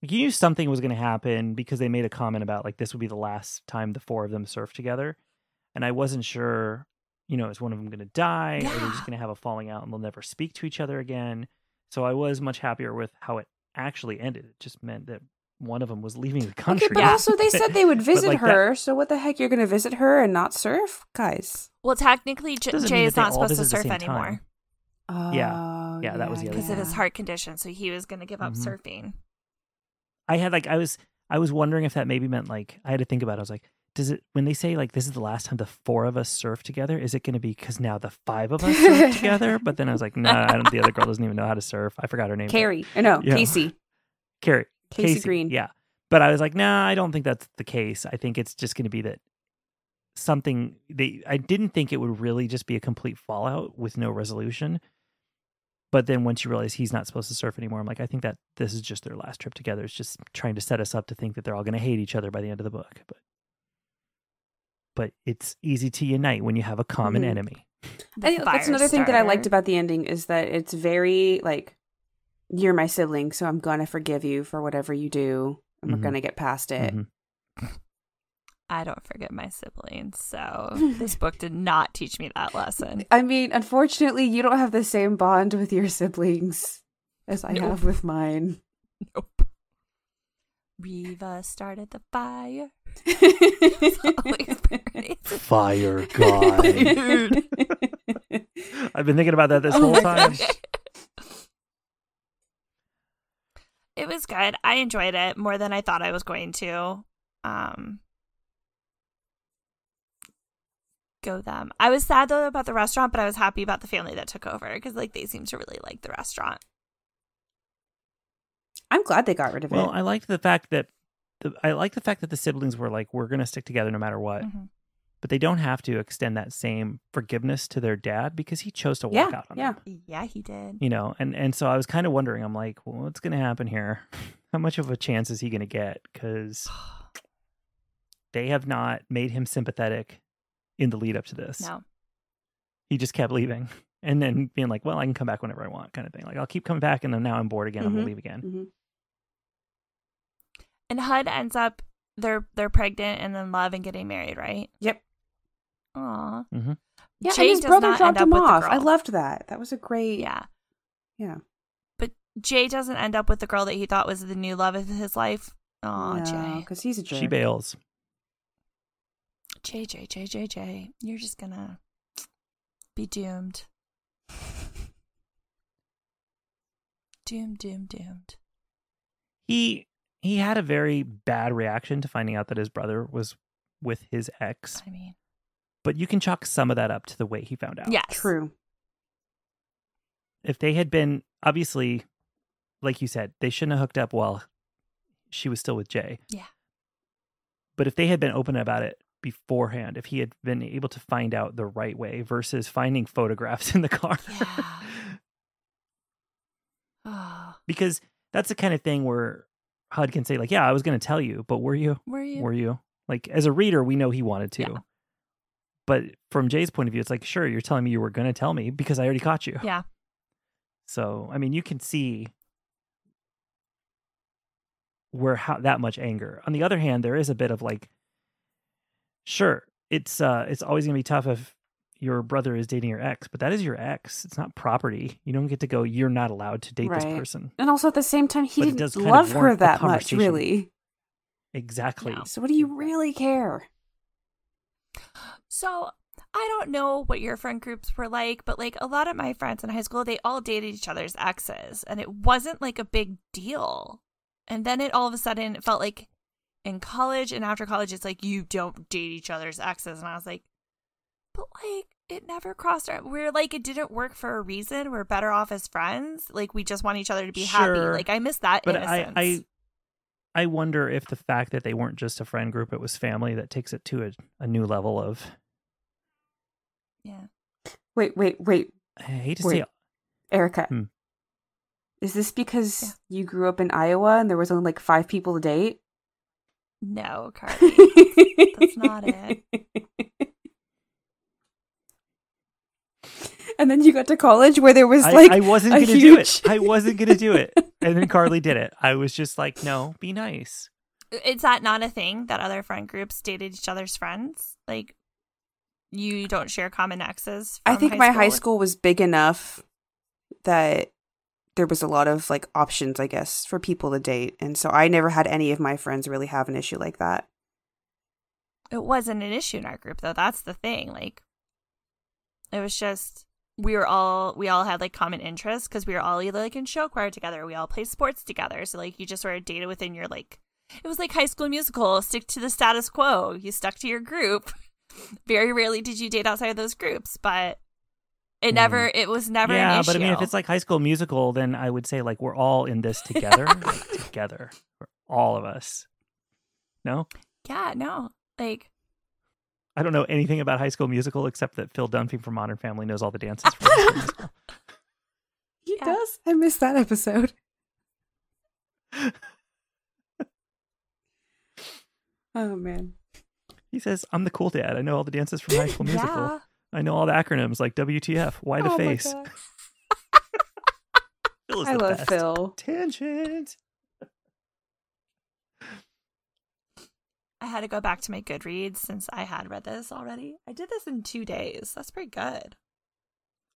Speaker 2: Like, you knew something was gonna happen because they made a comment about like this would be the last time the four of them surf together, and I wasn't sure. You know, is one of them gonna die, or they're
Speaker 1: Yeah.
Speaker 2: just gonna have a falling out and they'll never speak to each other again? So I was much happier with how it actually ended. It just meant that one of them was leaving the country.
Speaker 3: Okay, but also they said they would
Speaker 2: But,
Speaker 3: visit
Speaker 2: like, that-
Speaker 3: her, so what the heck you're going to visit her and not surf, guys?
Speaker 1: Well, technically, J-
Speaker 2: Doesn't
Speaker 1: Jay
Speaker 2: mean
Speaker 1: is
Speaker 2: that they
Speaker 1: not
Speaker 2: all
Speaker 1: supposed to
Speaker 2: visit at
Speaker 1: surf
Speaker 2: the same
Speaker 1: anymore.
Speaker 2: time.
Speaker 3: Oh,
Speaker 2: yeah, that was the other
Speaker 1: because of his
Speaker 3: yeah.
Speaker 1: heart condition. So he was going to give up
Speaker 2: Mhm.
Speaker 1: surfing.
Speaker 2: I had like I was I was wondering if that maybe meant like I had to think about. it. I was like, does it when they say like this is the last time the four of us surf together? Is it going to be because now the five of us surf together? But then I was like, no, I don't, the other girl doesn't even know how to surf. I forgot her name.
Speaker 3: Carrie. uh, No,
Speaker 2: Yeah.
Speaker 3: Casey.
Speaker 2: Carrie.
Speaker 3: Casey Green.
Speaker 2: Yeah, but I was like, nah, I don't think that's the case. I think it's just going to be that something they. I didn't think it would really just be a complete fallout with no resolution. But then once you realize he's not supposed to surf anymore, I'm like, I think that this is just their last trip together. It's just trying to set us up to think that they're all going to hate each other by the end of the book. But but it's easy to unite when you have a common
Speaker 3: Mhm.
Speaker 2: enemy.
Speaker 1: The
Speaker 3: I think that's another thing that I
Speaker 1: fire
Speaker 3: liked
Speaker 1: starter.
Speaker 3: about the ending is that it's very like you're my sibling, so I'm gonna forgive you for whatever you do. and
Speaker 2: Mhm.
Speaker 3: We're gonna get past it.
Speaker 2: Mhm.
Speaker 1: I don't forget my siblings. So this book did not teach me that lesson.
Speaker 3: I mean, unfortunately, you don't have the same bond with your siblings as I
Speaker 1: Nope.
Speaker 3: have with mine.
Speaker 1: Nope. Reva started the fire. Always burning.
Speaker 2: Fire God.
Speaker 1: Dude.
Speaker 2: I've been thinking about that this
Speaker 3: Oh
Speaker 2: whole
Speaker 3: my
Speaker 2: time.
Speaker 3: gosh.
Speaker 1: It was good. I enjoyed it more than I thought I was going to. Um, go them. I was sad though about the restaurant, but I was happy about the family that took over because like they seem to really like the restaurant.
Speaker 3: I'm glad they got rid of
Speaker 2: Well,
Speaker 3: it.
Speaker 2: I liked the fact that the, I like the fact that the siblings were like, we're going to stick together no matter what,
Speaker 3: Mm.
Speaker 1: Mhm.
Speaker 2: but they don't have to extend that same forgiveness to their dad because he chose to walk
Speaker 3: Yeah,
Speaker 2: out on
Speaker 3: yeah.
Speaker 2: them.
Speaker 1: Yeah, he did.
Speaker 2: You know, and and so I was kind of wondering, I'm like, well, what's going to happen here? How much of a chance is he going to get? Because they have not made him sympathetic in the lead up to this.
Speaker 1: No.
Speaker 2: He just kept leaving and then being like, well, I can come back whenever I want, kind of thing. Like I'll keep coming back, and then now I'm bored again. I'm
Speaker 3: Mhm.
Speaker 2: gonna leave again.
Speaker 3: Mhm.
Speaker 1: And HUD ends up they're they're pregnant and in love and getting married, right?
Speaker 3: Yep.
Speaker 1: Aw.
Speaker 2: Mhm.
Speaker 3: Yeah,
Speaker 1: Jane
Speaker 3: and his
Speaker 1: does
Speaker 3: brother
Speaker 1: not
Speaker 3: dropped
Speaker 1: end
Speaker 3: him
Speaker 1: up with the
Speaker 3: off. I
Speaker 1: girl.
Speaker 3: loved that. That was a great.
Speaker 1: Yeah.
Speaker 3: Yeah.
Speaker 1: But Jay doesn't end up with the girl that he thought was the new love of his life. Oh, Jay.
Speaker 3: because he's a jerk.
Speaker 2: She bails.
Speaker 1: Jay, Jay, Jay, Jay, Jay. You're just gonna be doomed. Doomed, doomed, doomed.
Speaker 2: he he had a very bad reaction to finding out that his brother was with his ex
Speaker 1: I mean,
Speaker 2: but you can chalk some of that up to the way he found out
Speaker 1: yes.
Speaker 3: True.
Speaker 2: if they had been obviously like you said they shouldn't have hooked up while she was still with jay
Speaker 1: Yeah.
Speaker 2: but if they had been open about it beforehand if he had been able to find out the right way versus finding photographs in the car
Speaker 1: Yeah. Oh,
Speaker 2: because that's the kind of thing where hud can say like yeah i was going to tell you but were you
Speaker 1: were you?
Speaker 2: were you? Like as a reader, we know he wanted to.
Speaker 1: Yeah.
Speaker 2: But from Jay's point of view, it's like, sure, you're telling me you were gonna tell me because I already caught you.
Speaker 1: yeah.
Speaker 2: So I mean you can see where how that much anger. On the other hand, there is a bit of like, sure, it's uh it's always gonna be tough if your brother is dating your ex, but that is your ex. It's not property. You don't get to go. You're not allowed to date this
Speaker 3: Right.
Speaker 2: person.
Speaker 3: And also at the same time, he
Speaker 2: But it
Speaker 3: didn't
Speaker 2: does kind of
Speaker 3: love her
Speaker 2: warrant the
Speaker 3: that much,
Speaker 2: conversation. Oh,
Speaker 3: really.
Speaker 2: Exactly.
Speaker 3: So what do you really care?
Speaker 1: So I don't know what your friend groups were like, but like a lot of my friends in high school, they all dated each other's exes, and it wasn't like a big deal. And then it all of a sudden it felt like in college and after college, it's like you don't date each other's exes, and I was like, but like it never crossed our. We're like it didn't work for a reason. We're better off as friends. Like we just want each other to be
Speaker 2: Sure.
Speaker 1: happy. Like I miss that
Speaker 2: But I,
Speaker 1: innocence.
Speaker 2: I, I wonder if the fact that they weren't just a friend group, it was family, that takes it to a, a new level of.
Speaker 1: yeah.
Speaker 3: Wait, wait, wait,
Speaker 2: I hate to
Speaker 3: Wait.
Speaker 2: say, uh,
Speaker 3: Erica.
Speaker 2: Hmm.
Speaker 3: Is this because you grew up in Iowa and there was only like five people to date?
Speaker 1: No, Carly.
Speaker 3: That's
Speaker 1: not it.
Speaker 3: And then you got to college where there was
Speaker 2: I,
Speaker 3: like
Speaker 2: I wasn't
Speaker 3: a
Speaker 2: gonna do it.
Speaker 3: huge-
Speaker 2: I wasn't gonna do it, and then Carly did it. I was just like, no, be nice.
Speaker 1: Is that not a thing that other friend groups dated each other's friends? Like, you don't share common exes.
Speaker 3: I
Speaker 1: from
Speaker 3: think my high
Speaker 1: with-
Speaker 3: school was big enough that there was a lot of like options, I guess, for people to date. And so I never had any of my friends really have an issue like that.
Speaker 1: It wasn't an issue in our group though. That's the thing. Like, it was just we were all we all had like common interests because we were all either like in show choir together. We all played sports together. So like you just sort of dated within your like. It was like High School Musical. Stick to the status quo. You stuck to your group. Very rarely did you date outside of those groups, but it
Speaker 2: Hmm.
Speaker 1: never. It was never.
Speaker 2: yeah,
Speaker 1: an issue.
Speaker 2: but I mean, if it's like High School Musical, then I would say like we're all in this together, like, together, We're all of us. No,
Speaker 1: Yeah, no. Like,
Speaker 2: I don't know anything about High School Musical except that Phil Dunphy from Modern Family knows all the dances. From High School Musical.
Speaker 3: He
Speaker 1: Yeah.
Speaker 3: does. I missed that episode. oh man.
Speaker 2: He says, "I'm the cool dad. I know all the dances from High School Musical.
Speaker 1: yeah.
Speaker 2: I know all the acronyms like WTF, why the
Speaker 3: Oh, my
Speaker 2: face."
Speaker 3: God.
Speaker 2: Phil is
Speaker 3: I
Speaker 2: the
Speaker 3: love
Speaker 2: best.
Speaker 3: Phil.
Speaker 2: Tangent.
Speaker 1: I had to go back to my Goodreads since I had read this already. I did this in two days. That's pretty good.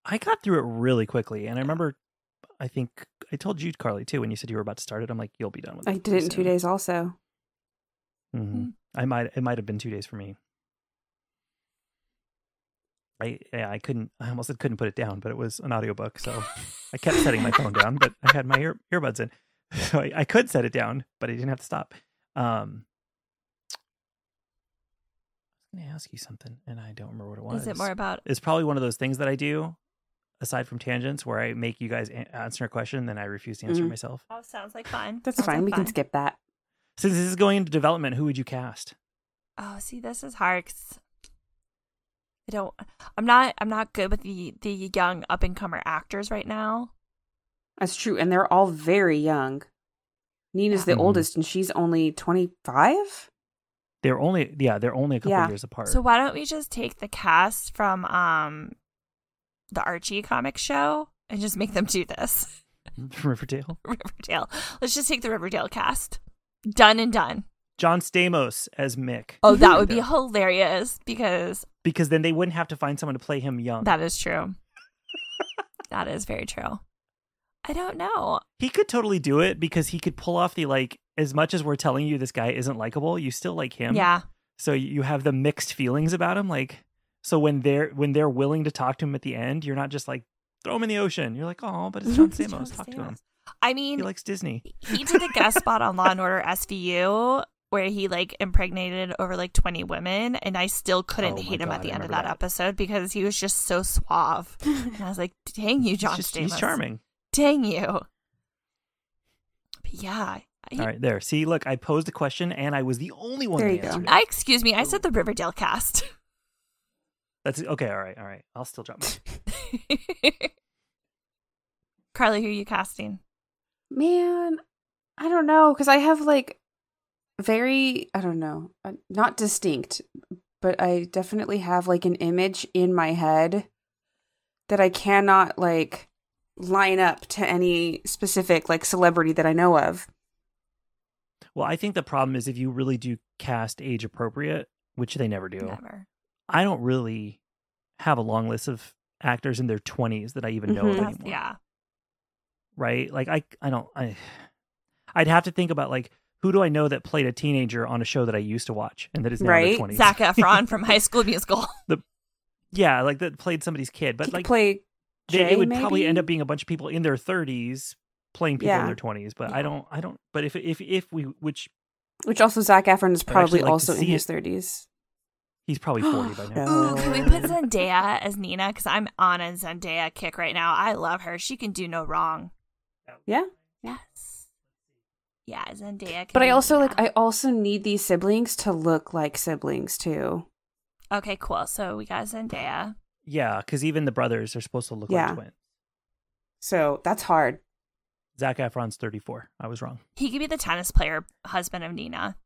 Speaker 2: I got through it really quickly, and I remember, I think I told you, Carly, too, when you said you were about to start it. I'm like, "You'll be done with it."
Speaker 3: I did it in two
Speaker 2: soon."
Speaker 3: days also.
Speaker 2: hmm
Speaker 1: Mm.
Speaker 2: I might it might have been two days for me. I yeah, I couldn't I almost said couldn't put it down, but it was an audiobook, so I kept setting my phone down, but I had my ear, earbuds in, so I, I could set it down, but I didn't have to stop. Um, I was going to ask you something, and I don't remember what it was.
Speaker 1: Is it more about
Speaker 2: It's probably one of those things that I do, aside from tangents, where I make you guys a- answer a question, then I refuse to answer
Speaker 3: Mhm.
Speaker 2: myself.
Speaker 1: oh sounds like fun.
Speaker 3: That's
Speaker 1: Sounds
Speaker 3: fine.
Speaker 1: like
Speaker 3: we can
Speaker 1: fun.
Speaker 3: skip that.
Speaker 2: Since this is going into development, who would you cast?
Speaker 1: Oh, see this is hard 'cause I don't I'm not I'm not good with the the young up and comer actors right now.
Speaker 3: That's true. And they're all very young. Nina's the
Speaker 2: Mhm.
Speaker 3: oldest and she's only 25?
Speaker 2: They're only yeah, they're only a couple
Speaker 3: Yeah.
Speaker 2: years apart.
Speaker 1: So why don't we just take the cast from um the Archie comic show and just make them do this?
Speaker 2: from Riverdale.
Speaker 1: Riverdale. Let's just take the Riverdale cast. Done and done.
Speaker 2: John Stamos as Mick.
Speaker 1: Oh, that would be
Speaker 2: Kinda.
Speaker 1: hilarious because
Speaker 2: because then they wouldn't have to find someone to play him young.
Speaker 1: That is true. that is very true. I don't know.
Speaker 2: he could totally do it because he could pull off the like. As much as we're telling you this guy isn't likable, you still like him.
Speaker 1: Yeah.
Speaker 2: So you have the mixed feelings about him. Like, so when they're when they're willing to talk to him at the end, you're not just like throw him in the ocean. You're like, oh, but it's John
Speaker 1: It's John
Speaker 2: Stamos. Talk to him.
Speaker 1: Stamos. I
Speaker 2: He
Speaker 1: mean,
Speaker 2: likes Disney.
Speaker 1: he did a guest spot on Law and Order SVU where he like impregnated over like 20 women and I still couldn't
Speaker 2: Oh my
Speaker 1: hate him
Speaker 2: God,
Speaker 1: at the
Speaker 2: I
Speaker 1: end of
Speaker 2: remember
Speaker 1: that,
Speaker 2: that.
Speaker 1: episode because he was just so suave. And I was like, "Dang you, John
Speaker 2: he's, just-
Speaker 1: Stamos.
Speaker 2: he's charming.
Speaker 1: Dang you." But yeah. I,
Speaker 2: All right, there. See, look, I posed a question and I was the only one.
Speaker 3: There
Speaker 2: that
Speaker 3: you go.
Speaker 2: answered it.
Speaker 1: I excuse me. I said the Riverdale cast.
Speaker 2: That's okay. All right, all right. I'll still drop. Mine.
Speaker 1: Carly, who are you casting?
Speaker 3: Man, I don't know because I have like very I don't know, uh, not distinct, but I definitely have like an image in my head that I cannot like line up to any specific like celebrity that I know of.
Speaker 2: Well, I think the problem is if you really do cast age appropriate, which they never do.
Speaker 1: Never.
Speaker 2: I don't really have a long list of actors in their 20s that I even know
Speaker 3: Mhm.
Speaker 2: of
Speaker 1: That's-
Speaker 2: anymore.
Speaker 1: yeah.
Speaker 2: Right? Like I I don't I I'd have to think about like who do I know that played a teenager on a show that I used to watch and that is now in
Speaker 3: Right.
Speaker 2: their 20s?
Speaker 1: Zac Efron from High School Musical.
Speaker 2: Yeah, like that played somebody's kid, but
Speaker 3: Could
Speaker 2: like
Speaker 3: play
Speaker 2: they,
Speaker 3: Jay,
Speaker 2: it would probably
Speaker 3: maybe?
Speaker 2: end up being a bunch of people in their 30s playing people in
Speaker 3: Yeah.
Speaker 2: their 20s, but
Speaker 1: Yeah.
Speaker 2: I don't I don't but if if if we which
Speaker 3: which also Zach Efron is
Speaker 2: I'd actually
Speaker 3: probably
Speaker 2: like to
Speaker 3: also in
Speaker 2: see
Speaker 3: his
Speaker 2: it.
Speaker 3: 30s.
Speaker 2: he's probably 40 by now.
Speaker 3: Yeah.
Speaker 1: Ooh, can we
Speaker 3: Oh.
Speaker 1: put Zendaya as Nina? Because I'm on a Zendaya kick right now. I love her. She can do no wrong.
Speaker 3: Yeah.
Speaker 1: Yes. Yeah, Zendaya. Can
Speaker 3: But I
Speaker 1: be
Speaker 3: also
Speaker 1: Nina.
Speaker 3: like I also need these siblings to look like siblings too.
Speaker 1: Okay, cool. So we got Zendaya.
Speaker 2: Yeah, cuz even the brothers are supposed to look
Speaker 3: Yeah.
Speaker 2: like twins.
Speaker 3: So that's hard.
Speaker 2: Zach Efron's 34. I was wrong.
Speaker 1: He could be the tennis player husband of Nina.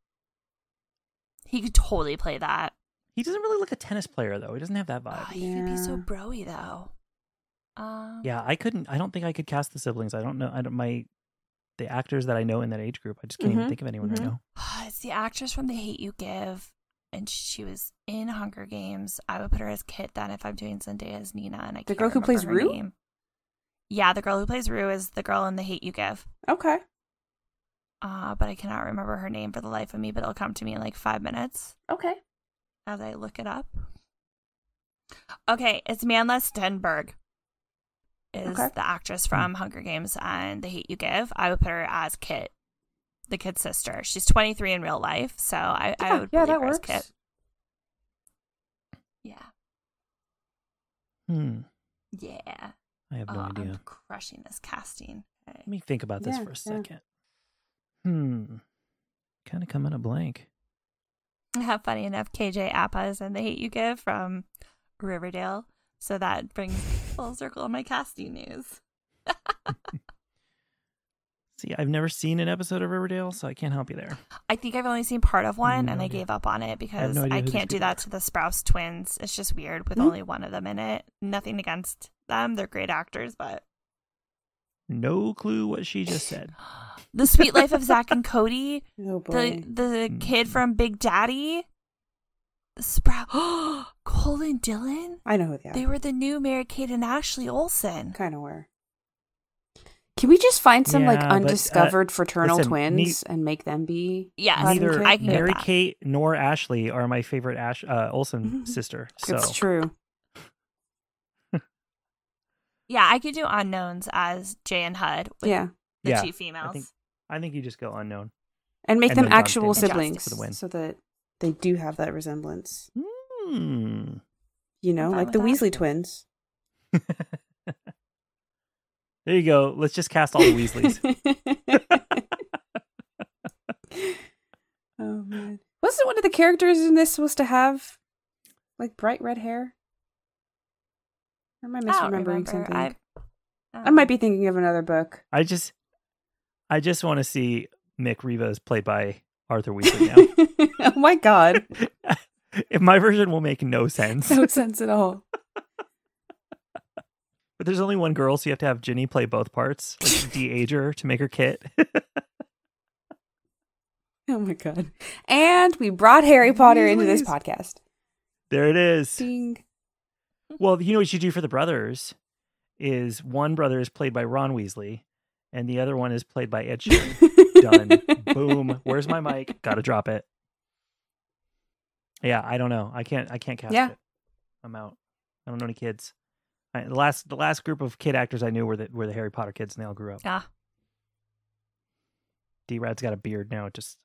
Speaker 1: He could totally play that.
Speaker 2: He doesn't really look a tennis player though. He doesn't have that
Speaker 1: Oh,
Speaker 2: vibe.
Speaker 1: he could be so
Speaker 3: Yeah.
Speaker 1: broy though. Um,
Speaker 2: Yeah, I couldn't. I don't think I could cast the siblings. I don't know. I don't my the actors that I know in that age group. I just can't
Speaker 3: Mhm,
Speaker 2: even think of anyone
Speaker 3: mhm.
Speaker 2: right now.
Speaker 1: It's the actress from The Hate You Give, and she was in Hunger Games. I would put her as Kit then if I'm doing Zendaya as Nina, and I
Speaker 3: The
Speaker 1: can't
Speaker 3: girl who
Speaker 1: remember
Speaker 3: plays
Speaker 1: her
Speaker 3: Rue?
Speaker 1: name. Yeah, the girl who plays Rue is the girl in The Hate You Give.
Speaker 3: Okay.
Speaker 1: Uh, but I cannot remember her name for the life of me, but it'll come to me in like five minutes
Speaker 3: Okay.
Speaker 1: as I look it up. Okay, it's Manla Stenberg is
Speaker 3: Okay.
Speaker 1: the actress from Hunger Games and The Hate You Give. I would put her as Kit, the kid's sister. She's 23 in real life, so I, I would believe her as Kit. Yeah.
Speaker 2: Hmm.
Speaker 1: Yeah.
Speaker 2: I have no
Speaker 1: Uh,
Speaker 2: idea.
Speaker 1: I'm crushing this casting. Okay.
Speaker 2: Let me think about this
Speaker 3: Oh, Yeah,
Speaker 2: for a
Speaker 3: yeah.
Speaker 2: second. Hmm. Kind of coming a blank.
Speaker 1: How funny enough, KJ Appa is in The Hate You Give from Riverdale. So that brings full circle my casting news.
Speaker 2: See, I've never seen an episode of Riverdale, so I can't help you there.
Speaker 1: I think I've only seen part of one
Speaker 3: Mm,
Speaker 2: no
Speaker 1: and I
Speaker 2: idea.
Speaker 1: gave up on it because
Speaker 2: no idea
Speaker 1: I
Speaker 2: who these
Speaker 1: can't do
Speaker 2: people
Speaker 1: that
Speaker 2: are.
Speaker 1: to the Sprouse twins. It's just weird with
Speaker 3: Mhm.
Speaker 1: only one of them in it. Nothing against them. They're great actors, but
Speaker 2: No clue what she just said.
Speaker 1: The Sweet Life of Zach and Cody, the
Speaker 3: Oh boy.
Speaker 1: the kid
Speaker 2: Mm.
Speaker 1: from Big Daddy, Sprout, Colin Dillon.
Speaker 3: I know who they are.
Speaker 1: They were the new Mary Kate and Ashley Olsen.
Speaker 3: kind of were. Can we just find some like
Speaker 2: Yeah, but, uh,
Speaker 3: undiscovered fraternal
Speaker 2: listen,
Speaker 3: twins
Speaker 2: ne-
Speaker 3: and make them be?
Speaker 1: Yes,
Speaker 3: Robin
Speaker 2: Neither
Speaker 3: Kidd?
Speaker 1: I can get
Speaker 2: Mary
Speaker 1: that.
Speaker 2: Kate nor Ashley are my favorite Ash uh,
Speaker 1: Mm-hmm.
Speaker 2: Olsen sister. So
Speaker 3: It's true.
Speaker 1: Yeah, I could do unknowns as Jay and Hud with
Speaker 3: Yeah,
Speaker 1: the
Speaker 2: yeah,
Speaker 1: two females.
Speaker 2: I think I think you just go unknown.
Speaker 3: and make
Speaker 2: And
Speaker 3: them
Speaker 2: then John
Speaker 3: actual
Speaker 2: Stamos
Speaker 3: siblings
Speaker 2: for the win.
Speaker 3: so that they do have that resemblance.
Speaker 2: Hmm.
Speaker 3: You know,
Speaker 1: I'm fine
Speaker 3: like the
Speaker 1: with that.
Speaker 3: Weasley twins.
Speaker 2: There you go. Let's just cast all the Weasleys.
Speaker 3: oh man, wasn't one of the characters in this supposed to have like bright red hair? Or am
Speaker 1: I
Speaker 3: I
Speaker 1: don't
Speaker 3: misremembering
Speaker 1: remember.
Speaker 3: something?
Speaker 1: I,
Speaker 3: I might be thinking of another book.
Speaker 2: I just, I just want to see Mick Rivas played by Arthur Weasley
Speaker 3: oh my god.
Speaker 2: now. if my version will make no sense,
Speaker 1: Oh.
Speaker 3: No sense at all.
Speaker 2: but there's only one girl, so you have to have Ginny play both parts, like de-age her to make her Kit.
Speaker 3: Oh my god. And we brought Harry Potter into this
Speaker 2: Weasleys.
Speaker 3: podcast.
Speaker 2: there it is.
Speaker 3: Ding.
Speaker 2: Well, you know what you do for the brothers is one brother is played by Ron Weasley, and the other one is played by Ed Sheeran. Done. Boom. Where's my mic? Gotta drop it. Yeah, I don't know. I can't. I can't cast
Speaker 3: Yeah.
Speaker 2: it. I'm out. I don't know any kids. I, the last, the last group of kid actors I knew were the were the Harry Potter kids, and they all grew up.
Speaker 1: Ah.
Speaker 2: D Rad's got a beard now. It just,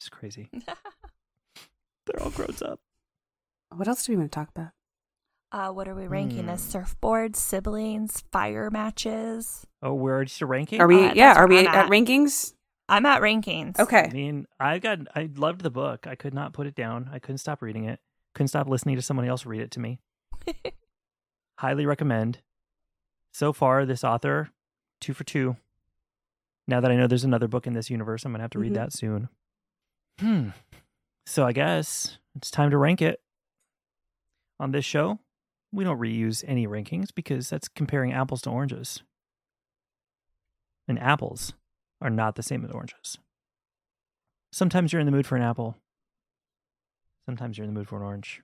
Speaker 2: it's just crazy. They're all grown up.
Speaker 3: What else do we want to talk about?
Speaker 1: uh, what are we ranking this?
Speaker 2: Hmm.
Speaker 1: Surfboards, siblings, fire matches.
Speaker 2: Oh, we're already still ranking.
Speaker 3: Are we
Speaker 1: Uh,
Speaker 3: yeah,
Speaker 1: that's
Speaker 3: are
Speaker 1: where
Speaker 3: we
Speaker 1: I'm
Speaker 3: at
Speaker 1: at.
Speaker 3: rankings?
Speaker 1: I'm at rankings.
Speaker 2: I
Speaker 3: Okay.
Speaker 2: mean, I got I loved the book. I could not put it down. I couldn't stop reading it. Couldn't stop listening to someone else read it to me. Highly recommend. So far, this author, two for two. Now that I know there's another book in this universe, I'm gonna have to read
Speaker 3: Mhm.
Speaker 2: that soon. Hmm. So I guess it's time to rank it. On this show, we don't reuse any rankings because that's comparing apples to oranges. And apples are not the same as oranges. Sometimes you're in the mood for an apple. Sometimes you're in the mood for an orange.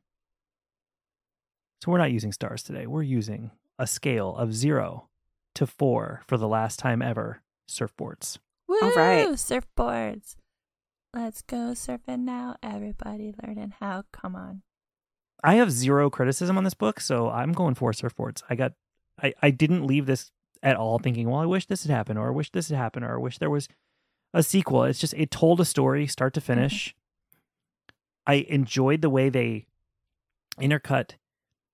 Speaker 2: So we're not using stars today. We're using a scale of zero to four for the last time ever surfboards.
Speaker 1: Woo!
Speaker 3: All right.
Speaker 1: Surfboards. Let's go surfing now. Everybody learning how. Come on.
Speaker 2: I have zero criticism on this book, so I'm going for surfboards. I got I, I didn't leave this at all thinking, well, I wish this had happened, or I wish this had happened, or I wish there was a sequel. It's just it told a story start to finish. I enjoyed the way they intercut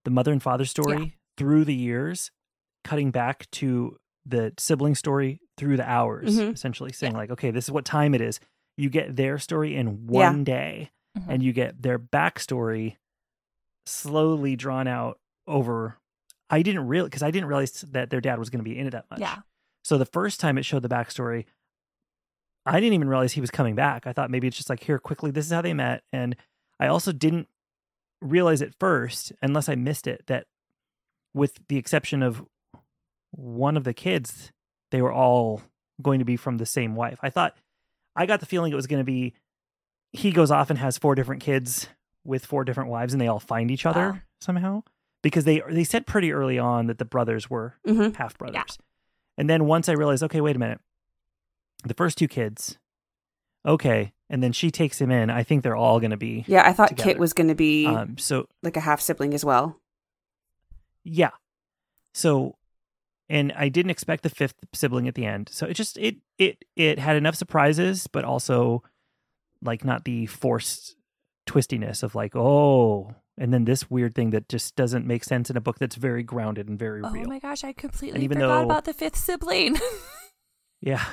Speaker 2: the mother and father story through the years, cutting back to the sibling story through the hours,
Speaker 3: Mhm.
Speaker 2: essentially saying, like, okay, this is what time it is. You get their story in one day,
Speaker 1: Mhm.
Speaker 2: and you get their backstory slowly drawn out over. I didn't real because I didn't realize that their dad was going to be in it that much.
Speaker 1: Yeah.
Speaker 2: So the first time it showed the backstory, I didn't even realize he was coming back. I thought maybe it's just like here quickly, this is how they met. And I also didn't realize at first, unless I missed it, that with the exception of one of the kids, they were all going to be from the same wife. I thought I got the feeling it was going to be he goes off and has four different kids with four different wives and they all find each other
Speaker 1: Wow.
Speaker 2: somehow because they they said pretty early on that the brothers were
Speaker 3: Mm-hmm.
Speaker 2: half brothers. And then once I realized, okay, wait a minute, the first two kids, okay, and then she takes him in. I think they're all going to be.
Speaker 3: Yeah, I thought Kit
Speaker 2: Together.
Speaker 3: was going to be
Speaker 2: Um, so
Speaker 3: like a half sibling as well.
Speaker 2: yeah, so, and I didn't expect the fifth sibling at the end. So it just it it it had enough surprises, but also like not the forced twistiness of like oh, and then this weird thing that just doesn't make sense in a book that's very grounded and very
Speaker 1: Oh
Speaker 2: real.
Speaker 1: my gosh, I completely
Speaker 2: even
Speaker 1: forgot
Speaker 2: though-
Speaker 1: about the fifth sibling.
Speaker 2: Yeah.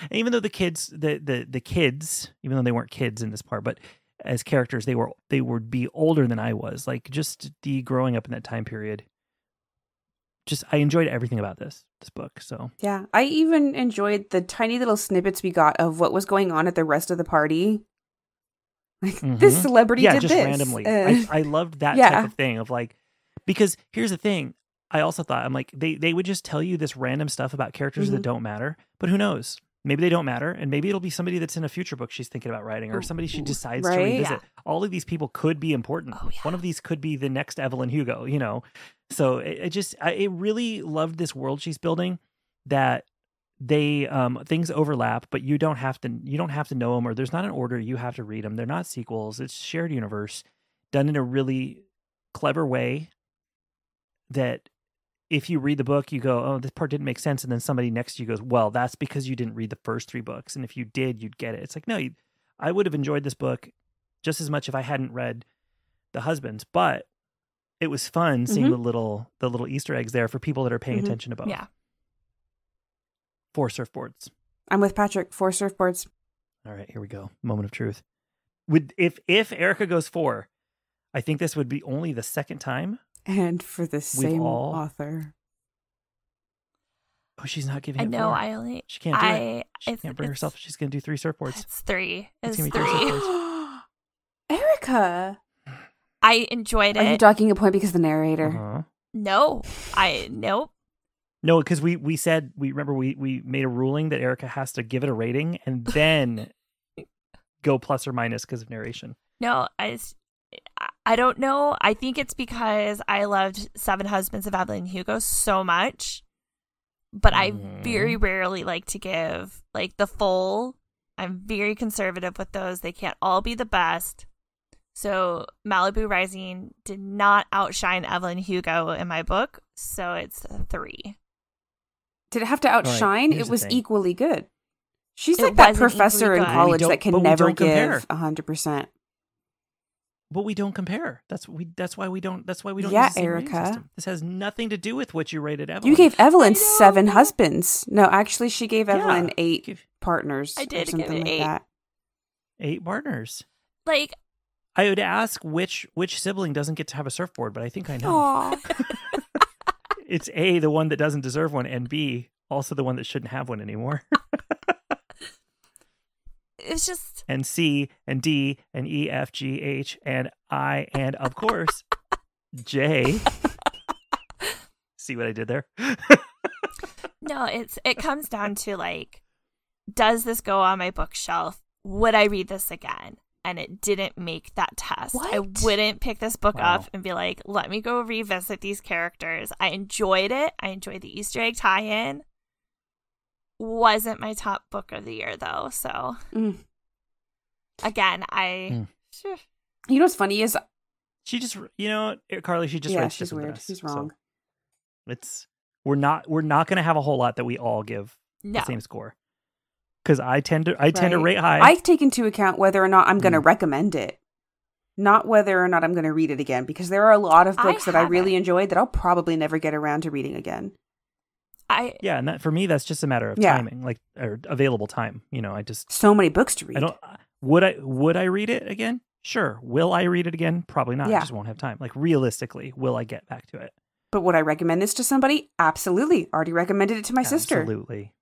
Speaker 2: And even though the kids the, the the kids, even though they weren't kids in this part, but as characters they were they would be older than I was. Like just the growing up in that time period. Just I enjoyed everything about this this book. So
Speaker 3: Yeah, I even enjoyed the tiny little snippets we got of what was going on at the rest of the party. Like this
Speaker 2: Mhm.
Speaker 3: celebrity
Speaker 2: yeah,
Speaker 3: did
Speaker 2: just
Speaker 3: this.
Speaker 2: randomly.
Speaker 3: Uh,
Speaker 2: I, I loved that
Speaker 3: yeah.
Speaker 2: type of thing of like because here's the thing. I also thought I'm like they they would just tell you this random stuff about characters that
Speaker 3: Mhm.
Speaker 2: don't matter, but who knows? Maybe they don't matter, and maybe it'll be somebody that's in a future book she's thinking about writing, or somebody she
Speaker 3: Ooh,
Speaker 2: decides to
Speaker 3: right?
Speaker 2: revisit. All of these people could be important.
Speaker 1: Oh, yeah.
Speaker 2: One of these could be the next Evelyn Hugo, you know. So it, it just I it really loved this world she's building that they um things overlap but you don't have to you don't have to know them or there's not an order you have to read them they're not sequels it's shared universe done in a really clever way that if you read the book you go oh this part didn't make sense and then somebody next to you goes well that's because you didn't read the first three books and if you did you'd get it it's like no you, i would have enjoyed this book just as much if i hadn't read the husbands but it was fun seeing
Speaker 3: Mhm.
Speaker 2: the little the little easter eggs there for people that are paying
Speaker 3: Mhm.
Speaker 2: attention to both
Speaker 1: Mm-hmm. yeah.
Speaker 2: four surfboards.
Speaker 3: I'm with Patrick. Four surfboards.
Speaker 2: All right, here we go. Moment of truth. Would if if Erica goes four, I think this would be only the second time.
Speaker 3: And for the same
Speaker 2: all-
Speaker 3: author.
Speaker 2: Oh, she's not giving.
Speaker 1: I
Speaker 2: it
Speaker 1: know.
Speaker 2: four.
Speaker 1: I only.
Speaker 2: she can't do
Speaker 1: I.
Speaker 2: it. She
Speaker 1: it's-
Speaker 2: can't bring
Speaker 1: it's-
Speaker 2: herself. She's gonna do three surfboards.
Speaker 1: It's three. It's
Speaker 2: It's gonna be three
Speaker 1: three.
Speaker 2: surfboards.
Speaker 3: Erica.
Speaker 1: I enjoyed
Speaker 3: Are you
Speaker 1: it.
Speaker 3: docking a point because of the narrator?
Speaker 2: Uh-huh.
Speaker 1: no, I nope.
Speaker 2: No, because we we said we remember we we made a ruling that Erica has to give it a rating and then go plus or minus because of narration.
Speaker 1: No, I s- I- I don't know. I think it's because I loved Seven Husbands of Evelyn Hugo so much, but I
Speaker 2: Mhm.
Speaker 1: very rarely like to give like the full. I'm very conservative with those. They can't all be the best. So Malibu Rising did not outshine Evelyn Hugo in my book, so it's a three.
Speaker 3: Did it have to
Speaker 2: right,
Speaker 3: outshine?
Speaker 2: here's
Speaker 3: it
Speaker 2: the
Speaker 3: was
Speaker 2: thing.
Speaker 3: equally good. She's
Speaker 1: It
Speaker 3: like that
Speaker 1: wasn't
Speaker 3: professor
Speaker 1: equally
Speaker 3: in
Speaker 1: good. We
Speaker 3: college
Speaker 2: don't-
Speaker 3: that
Speaker 2: but
Speaker 3: can
Speaker 2: we
Speaker 3: never
Speaker 2: don't compare.
Speaker 3: give hundred percent.
Speaker 2: But we don't compare. That's we. That's why we don't. That's why we don't.
Speaker 3: Yeah,
Speaker 2: use the same rating
Speaker 3: Erica.
Speaker 2: system. This has nothing to do with what you rated Evelyn.
Speaker 3: You gave
Speaker 1: I
Speaker 3: Evelyn
Speaker 1: know.
Speaker 3: seven husbands. No, actually, she gave
Speaker 2: Yeah.
Speaker 3: Evelyn eight
Speaker 2: Give-
Speaker 3: partners.
Speaker 1: I did
Speaker 3: or
Speaker 1: give
Speaker 3: something
Speaker 1: it
Speaker 3: like
Speaker 1: eight.
Speaker 3: that.
Speaker 2: eight partners.
Speaker 1: Like,
Speaker 2: I would ask which which sibling doesn't get to have a surfboard, but I think I know.
Speaker 1: oh,
Speaker 2: It's A, the one that doesn't deserve one, and B, also the one that shouldn't have one anymore.
Speaker 1: it's just
Speaker 2: and C and D and E F G H and I and of course J. See what I did there?
Speaker 1: No, it's it comes down to like, does this go on my bookshelf? Would I read this again? and it didn't make that test. I
Speaker 3: What?
Speaker 1: wouldn't pick this book
Speaker 2: Wow.
Speaker 1: up and be like, let me go revisit these characters. I enjoyed it. I enjoyed the Easter egg tie in. Wasn't my top book of the year though. So
Speaker 3: Mm.
Speaker 1: again, I
Speaker 2: Hmm.
Speaker 1: Sure.
Speaker 3: You know what's funny is
Speaker 2: She just, you know, eh, Carly. She just
Speaker 3: yeah,
Speaker 2: read
Speaker 3: she's
Speaker 2: shit with
Speaker 3: weird.
Speaker 2: us,
Speaker 3: She's
Speaker 2: so
Speaker 3: wrong.
Speaker 2: it's we're not we're not gonna have a whole lot that we all give
Speaker 1: no.
Speaker 2: the same score because I tend to I tend to
Speaker 3: Right.
Speaker 2: rate high.
Speaker 3: I take into account whether or not I'm going to
Speaker 2: Mm.
Speaker 3: recommend it, not whether or not I'm going to read it again, because there are a lot of
Speaker 1: I
Speaker 3: books that I really
Speaker 1: haven't.
Speaker 3: enjoyed that I'll probably never get around to reading again.
Speaker 1: I
Speaker 2: yeah, and that for me that's just a matter of
Speaker 3: Yeah.
Speaker 2: timing, like or available time. You know, I just
Speaker 3: So many books to read.
Speaker 2: I don't uh, would I would I read it again? Sure. Will I read it again? Probably not. I
Speaker 3: Yeah.
Speaker 2: just won't have time. Like realistically, will I get back to it?
Speaker 3: But would I recommend this to somebody? Absolutely. Already recommended it to my sister.
Speaker 2: Absolutely.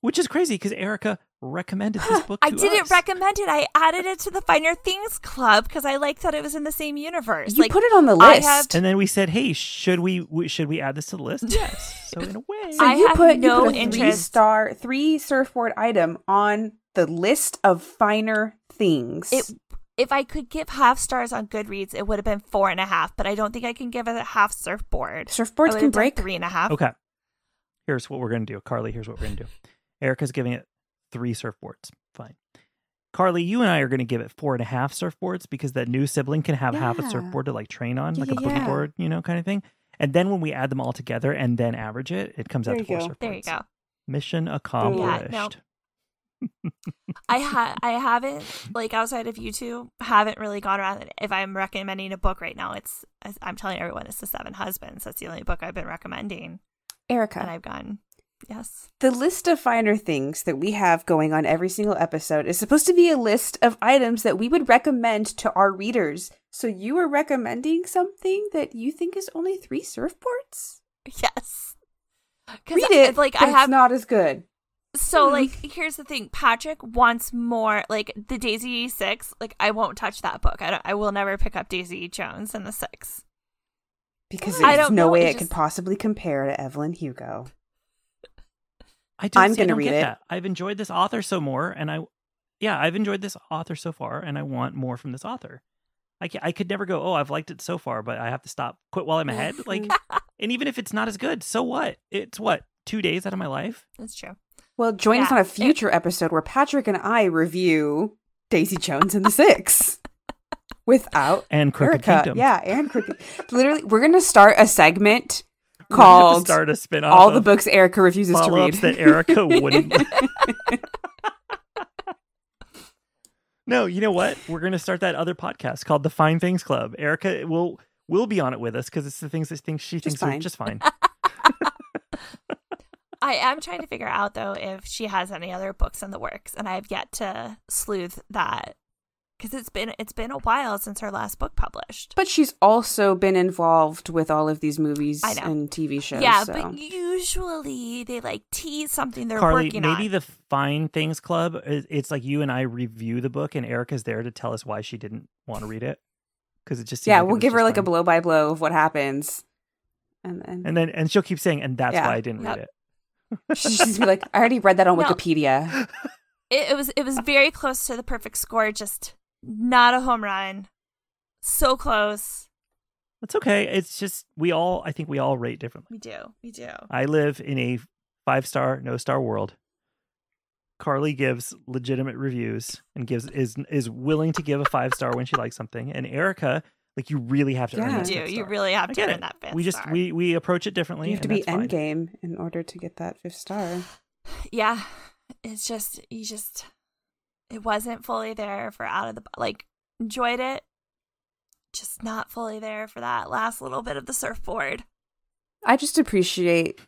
Speaker 2: Which is crazy because Erica recommended this book.
Speaker 1: I
Speaker 2: to
Speaker 1: didn't
Speaker 2: us.
Speaker 1: recommend it. I added it to the Finer Things Club because I liked that it was in the same universe.
Speaker 3: You
Speaker 1: like,
Speaker 3: put it on the
Speaker 1: I
Speaker 3: list.
Speaker 1: have-
Speaker 2: And then we said, "Hey, should we w- should we add this to the list?" Yes. So in a way,
Speaker 3: So
Speaker 1: I
Speaker 3: you
Speaker 1: have
Speaker 3: put
Speaker 1: no
Speaker 3: you put a three
Speaker 1: interest.
Speaker 3: star three surfboard item on the list of finer things.
Speaker 1: It, if I could give half stars on Goodreads, it would have been four and a half. But I don't think I can give it a half surfboard. I
Speaker 3: Surfboards
Speaker 1: would
Speaker 3: can
Speaker 1: have done
Speaker 3: break.
Speaker 1: three and a half.
Speaker 2: okay. Here's what we're gonna do, Carly. Here's what we're gonna do. Erica's giving it three surfboards. Fine. Carly, you and I are gonna give it four and a half surfboards because that new sibling can have half a
Speaker 3: Yeah.
Speaker 2: surfboard to like train on,
Speaker 3: Yeah,
Speaker 2: like a
Speaker 3: yeah,
Speaker 2: boogie
Speaker 3: yeah.
Speaker 2: board, you know, kind of thing. And then when we add them all together and then average it, it comes out
Speaker 3: There
Speaker 2: to four
Speaker 3: you
Speaker 2: surfboards.
Speaker 1: There you go.
Speaker 2: Mission
Speaker 1: Yeah,
Speaker 2: accomplished.
Speaker 1: no. I ha- I haven't like outside of YouTube haven't really gone around. and If I'm recommending a book right now, it's as I'm telling everyone it's The Seven Husbands. That's the only book I've been recommending,
Speaker 3: Erica.
Speaker 1: and I've gone yes.
Speaker 3: The list of finer things that we have going on every single episode is supposed to be a list of items that we would recommend to our readers. So you are recommending something that you think is only three surfboards?
Speaker 1: Yes. 'Cause
Speaker 3: Read
Speaker 1: I-
Speaker 3: it.
Speaker 1: like
Speaker 3: but
Speaker 1: I have
Speaker 3: it's not as good.
Speaker 1: so
Speaker 3: Hmm.
Speaker 1: like here's the thing. Patrick wants more like the Daisy Six. Like I won't touch that book. I don't. I will never pick up Daisy Jones and the Six.
Speaker 3: Because
Speaker 1: I
Speaker 3: there's
Speaker 1: don't
Speaker 3: no
Speaker 1: know,
Speaker 3: way
Speaker 1: it
Speaker 3: it, could
Speaker 1: just-
Speaker 3: possibly compare to Evelyn Hugo.
Speaker 2: I did
Speaker 3: I'm
Speaker 2: say I
Speaker 3: gonna
Speaker 2: don't
Speaker 3: read
Speaker 2: get
Speaker 3: it.
Speaker 2: That. I've enjoyed this author so more, and I, yeah, I've enjoyed this author so far, and I want more from this author. I ca I could never go. Oh, I've liked it so far, but I have to stop, quit while I'm ahead. Like, and even if it's not as good, so what? It's what two days out of my life.
Speaker 1: That's true.
Speaker 3: Well, join us
Speaker 1: Yeah,
Speaker 3: on a
Speaker 1: it-
Speaker 3: future episode where Patrick and I review Daisy Jones and the Six without
Speaker 2: And Crooked
Speaker 3: Erica.
Speaker 2: Kingdom.
Speaker 3: Yeah, and Crooked. Literally, we're going to start a segment
Speaker 2: We're gonna have to
Speaker 3: called
Speaker 2: start a spin-off
Speaker 3: all the
Speaker 2: of
Speaker 3: books Erica refuses to read.
Speaker 2: Uh-huh. follow-ups that Erica wouldn't. no, you know what? We're gonna start that other podcast called the Fine Things Club. Erica will will be on it with us because it's the things that things she
Speaker 3: Just
Speaker 2: thinks are
Speaker 3: fine.
Speaker 2: just fine.
Speaker 1: I am trying to figure out though if she has any other books in the works, and I have yet to sleuth that because it's been it's been a while since her last book published.
Speaker 3: But she's also been involved with all of these movies
Speaker 1: I know.
Speaker 3: and TV shows.
Speaker 1: yeah,
Speaker 3: so.
Speaker 1: but usually they like tease something they're
Speaker 2: Carly,
Speaker 1: working
Speaker 2: maybe
Speaker 1: on.
Speaker 2: the Fine Things Club. is- It's like you and I review the book, and Erica's there to tell us why she didn't want to read it because it just seemed
Speaker 3: yeah,
Speaker 2: it
Speaker 3: we'll
Speaker 2: was
Speaker 3: give her
Speaker 2: just
Speaker 3: like a
Speaker 2: fun.
Speaker 3: blow by blow of what happens, and then
Speaker 2: and then and she'll keep saying, and that's
Speaker 3: Yeah.
Speaker 2: why I didn't read
Speaker 1: Yep.
Speaker 2: it.
Speaker 3: she's just be like, "I already read that on
Speaker 1: No.
Speaker 3: Wikipedia."
Speaker 1: it, it was it was very close to the perfect score, just not a home run. So close.
Speaker 2: That's okay. It's just we all. I think we all rate differently.
Speaker 1: We do. We do.
Speaker 2: I live in a five star, no star world. Carly gives legitimate reviews and gives is is willing to give a five star when she likes something, and Erica, like you really have to earn
Speaker 3: Yeah.
Speaker 1: You
Speaker 2: that
Speaker 1: do.
Speaker 2: fifth
Speaker 1: You
Speaker 2: star.
Speaker 1: really have
Speaker 2: I
Speaker 1: to
Speaker 2: get
Speaker 1: earn
Speaker 2: it.
Speaker 1: that fifth
Speaker 2: we just
Speaker 1: star.
Speaker 2: we we approach it differently.
Speaker 3: You have to
Speaker 2: and
Speaker 3: be
Speaker 2: that's fine.
Speaker 3: endgame in order to get that fifth star.
Speaker 1: yeah it's just you just it wasn't fully there for out of the like enjoyed it just not fully there for that last little bit of the surfboard
Speaker 3: I just appreciate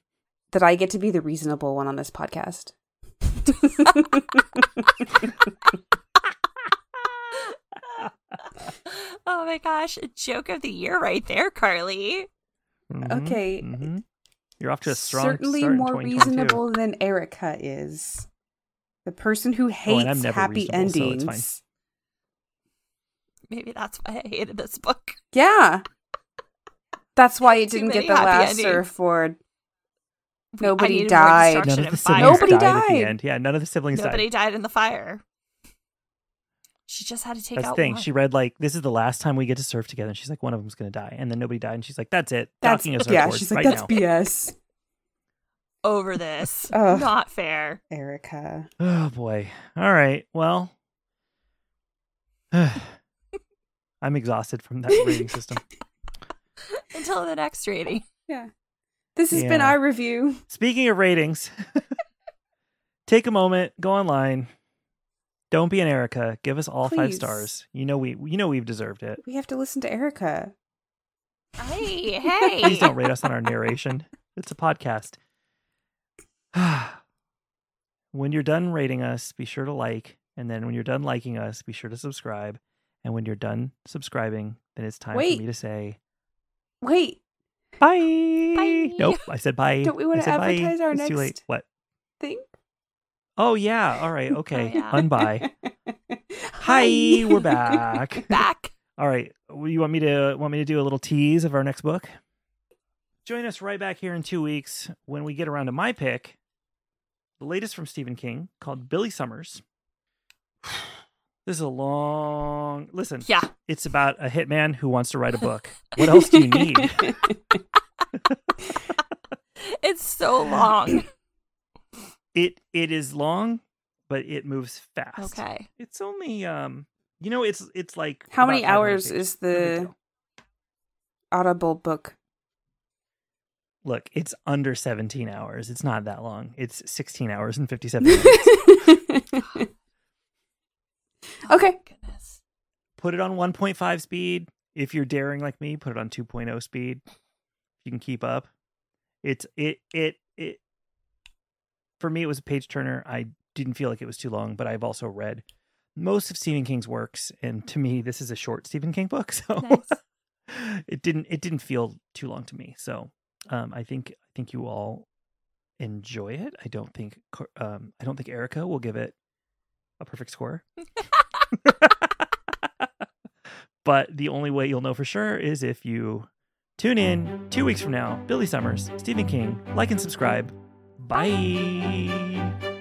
Speaker 3: that I get to be the reasonable one on this podcast.
Speaker 1: oh my gosh joke of the year right there carly
Speaker 2: Mhm,
Speaker 3: Okay. eh,
Speaker 2: mhm. You're off to a strong
Speaker 3: Certainly
Speaker 2: start in
Speaker 3: more
Speaker 2: 2022.
Speaker 3: reasonable than Erica is. The person who
Speaker 2: Oh, and I'm
Speaker 3: hates
Speaker 2: never
Speaker 3: happy
Speaker 2: reasonable, so it's fine.
Speaker 3: endings.
Speaker 1: maybe that's why i hated this book
Speaker 3: Yeah. That's why it
Speaker 1: Too
Speaker 3: didn't
Speaker 1: many
Speaker 3: get the
Speaker 1: happy
Speaker 3: last
Speaker 1: endings.
Speaker 3: surfboord.
Speaker 1: We- I
Speaker 3: Nobody
Speaker 1: needed more
Speaker 3: died.
Speaker 1: destruction
Speaker 2: None of
Speaker 1: and
Speaker 2: the
Speaker 1: fire.
Speaker 2: siblings
Speaker 3: Nobody
Speaker 2: died, at
Speaker 3: died.
Speaker 2: the end. Yeah, none of the siblings
Speaker 1: nobody
Speaker 2: died.
Speaker 1: died in the fire She just had to take
Speaker 2: That's the
Speaker 1: out
Speaker 2: thing.
Speaker 1: one.
Speaker 2: She read like this is the last time we get to surf together, and she's like, one of them's gonna die, and then nobody died, and she's like, that's it.
Speaker 3: That's
Speaker 2: Docking a
Speaker 3: yeah.
Speaker 2: surfboard
Speaker 3: She's like,
Speaker 2: right
Speaker 3: that's
Speaker 2: now.
Speaker 3: BS,
Speaker 1: over this.
Speaker 3: Ugh.
Speaker 1: Not fair.
Speaker 3: Erica.
Speaker 2: oh boy. All right. Well, I'm exhausted from that rating system.
Speaker 1: Until the next rating.
Speaker 3: Yeah. This has been
Speaker 2: Yeah.
Speaker 3: our review.
Speaker 2: Speaking of ratings, take a moment, go online. Don't be an Erica. Give us all five
Speaker 3: Please.
Speaker 2: stars. You know we you know we've deserved it.
Speaker 3: We have to listen to Erica.
Speaker 1: Hey, hey.
Speaker 2: Please don't rate us on our narration. It's a podcast. when you're done rating us, be sure to like. And then when you're done liking us, be sure to subscribe. And when you're done subscribing, then it's time
Speaker 3: Wait.
Speaker 2: for me to say
Speaker 3: Wait,
Speaker 2: bye.
Speaker 1: Bye.
Speaker 2: Nope, I said bye.
Speaker 3: Don't we wanna
Speaker 2: I said bye.
Speaker 3: advertise our
Speaker 2: It's Too late.
Speaker 3: next-
Speaker 2: What?
Speaker 3: think.
Speaker 2: Oh yeah. All right. Okay.
Speaker 1: yeah.
Speaker 2: Unbye. Hi, we're back.
Speaker 1: Back.
Speaker 2: All right. well, You want me to want me to do a little tease of our next book? Join us right back here in two weeks when we get around to my pick, the latest from Stephen King called Billy Summers. This is a long listen.
Speaker 1: Yeah.
Speaker 2: It's about a hitman who wants to write a book. What else do you need?
Speaker 1: It's so long.
Speaker 2: It it is long, but it moves fast.
Speaker 1: Okay.
Speaker 2: It's only um you know it's it's like
Speaker 3: How
Speaker 2: about
Speaker 3: many
Speaker 2: 500
Speaker 3: hours
Speaker 2: pages.
Speaker 3: is
Speaker 2: No big
Speaker 3: the
Speaker 2: deal.
Speaker 3: Audible book?
Speaker 2: Look, it's under 17 hours. It's not that long. It's 16 hours and 57 minutes.
Speaker 3: okay.
Speaker 1: Oh my goodness.
Speaker 2: put it on 1.5 speed. If you're daring like me, put it on 2.0 speed. If you can keep up. It's it it it for me it was a page turner. I didn't feel like it was too long, but I've also read most of Stephen King's works and to me this is a short Stephen King book, so
Speaker 1: Nice.
Speaker 2: it didn't it didn't feel too long to me. So, um I think I think you all enjoy it. I don't think Cor- um I don't think Erica will give it a perfect score. But the only way you'll know for sure is if you tune in two weeks from now. Billy Summers, Stephen King, like and subscribe. Bye.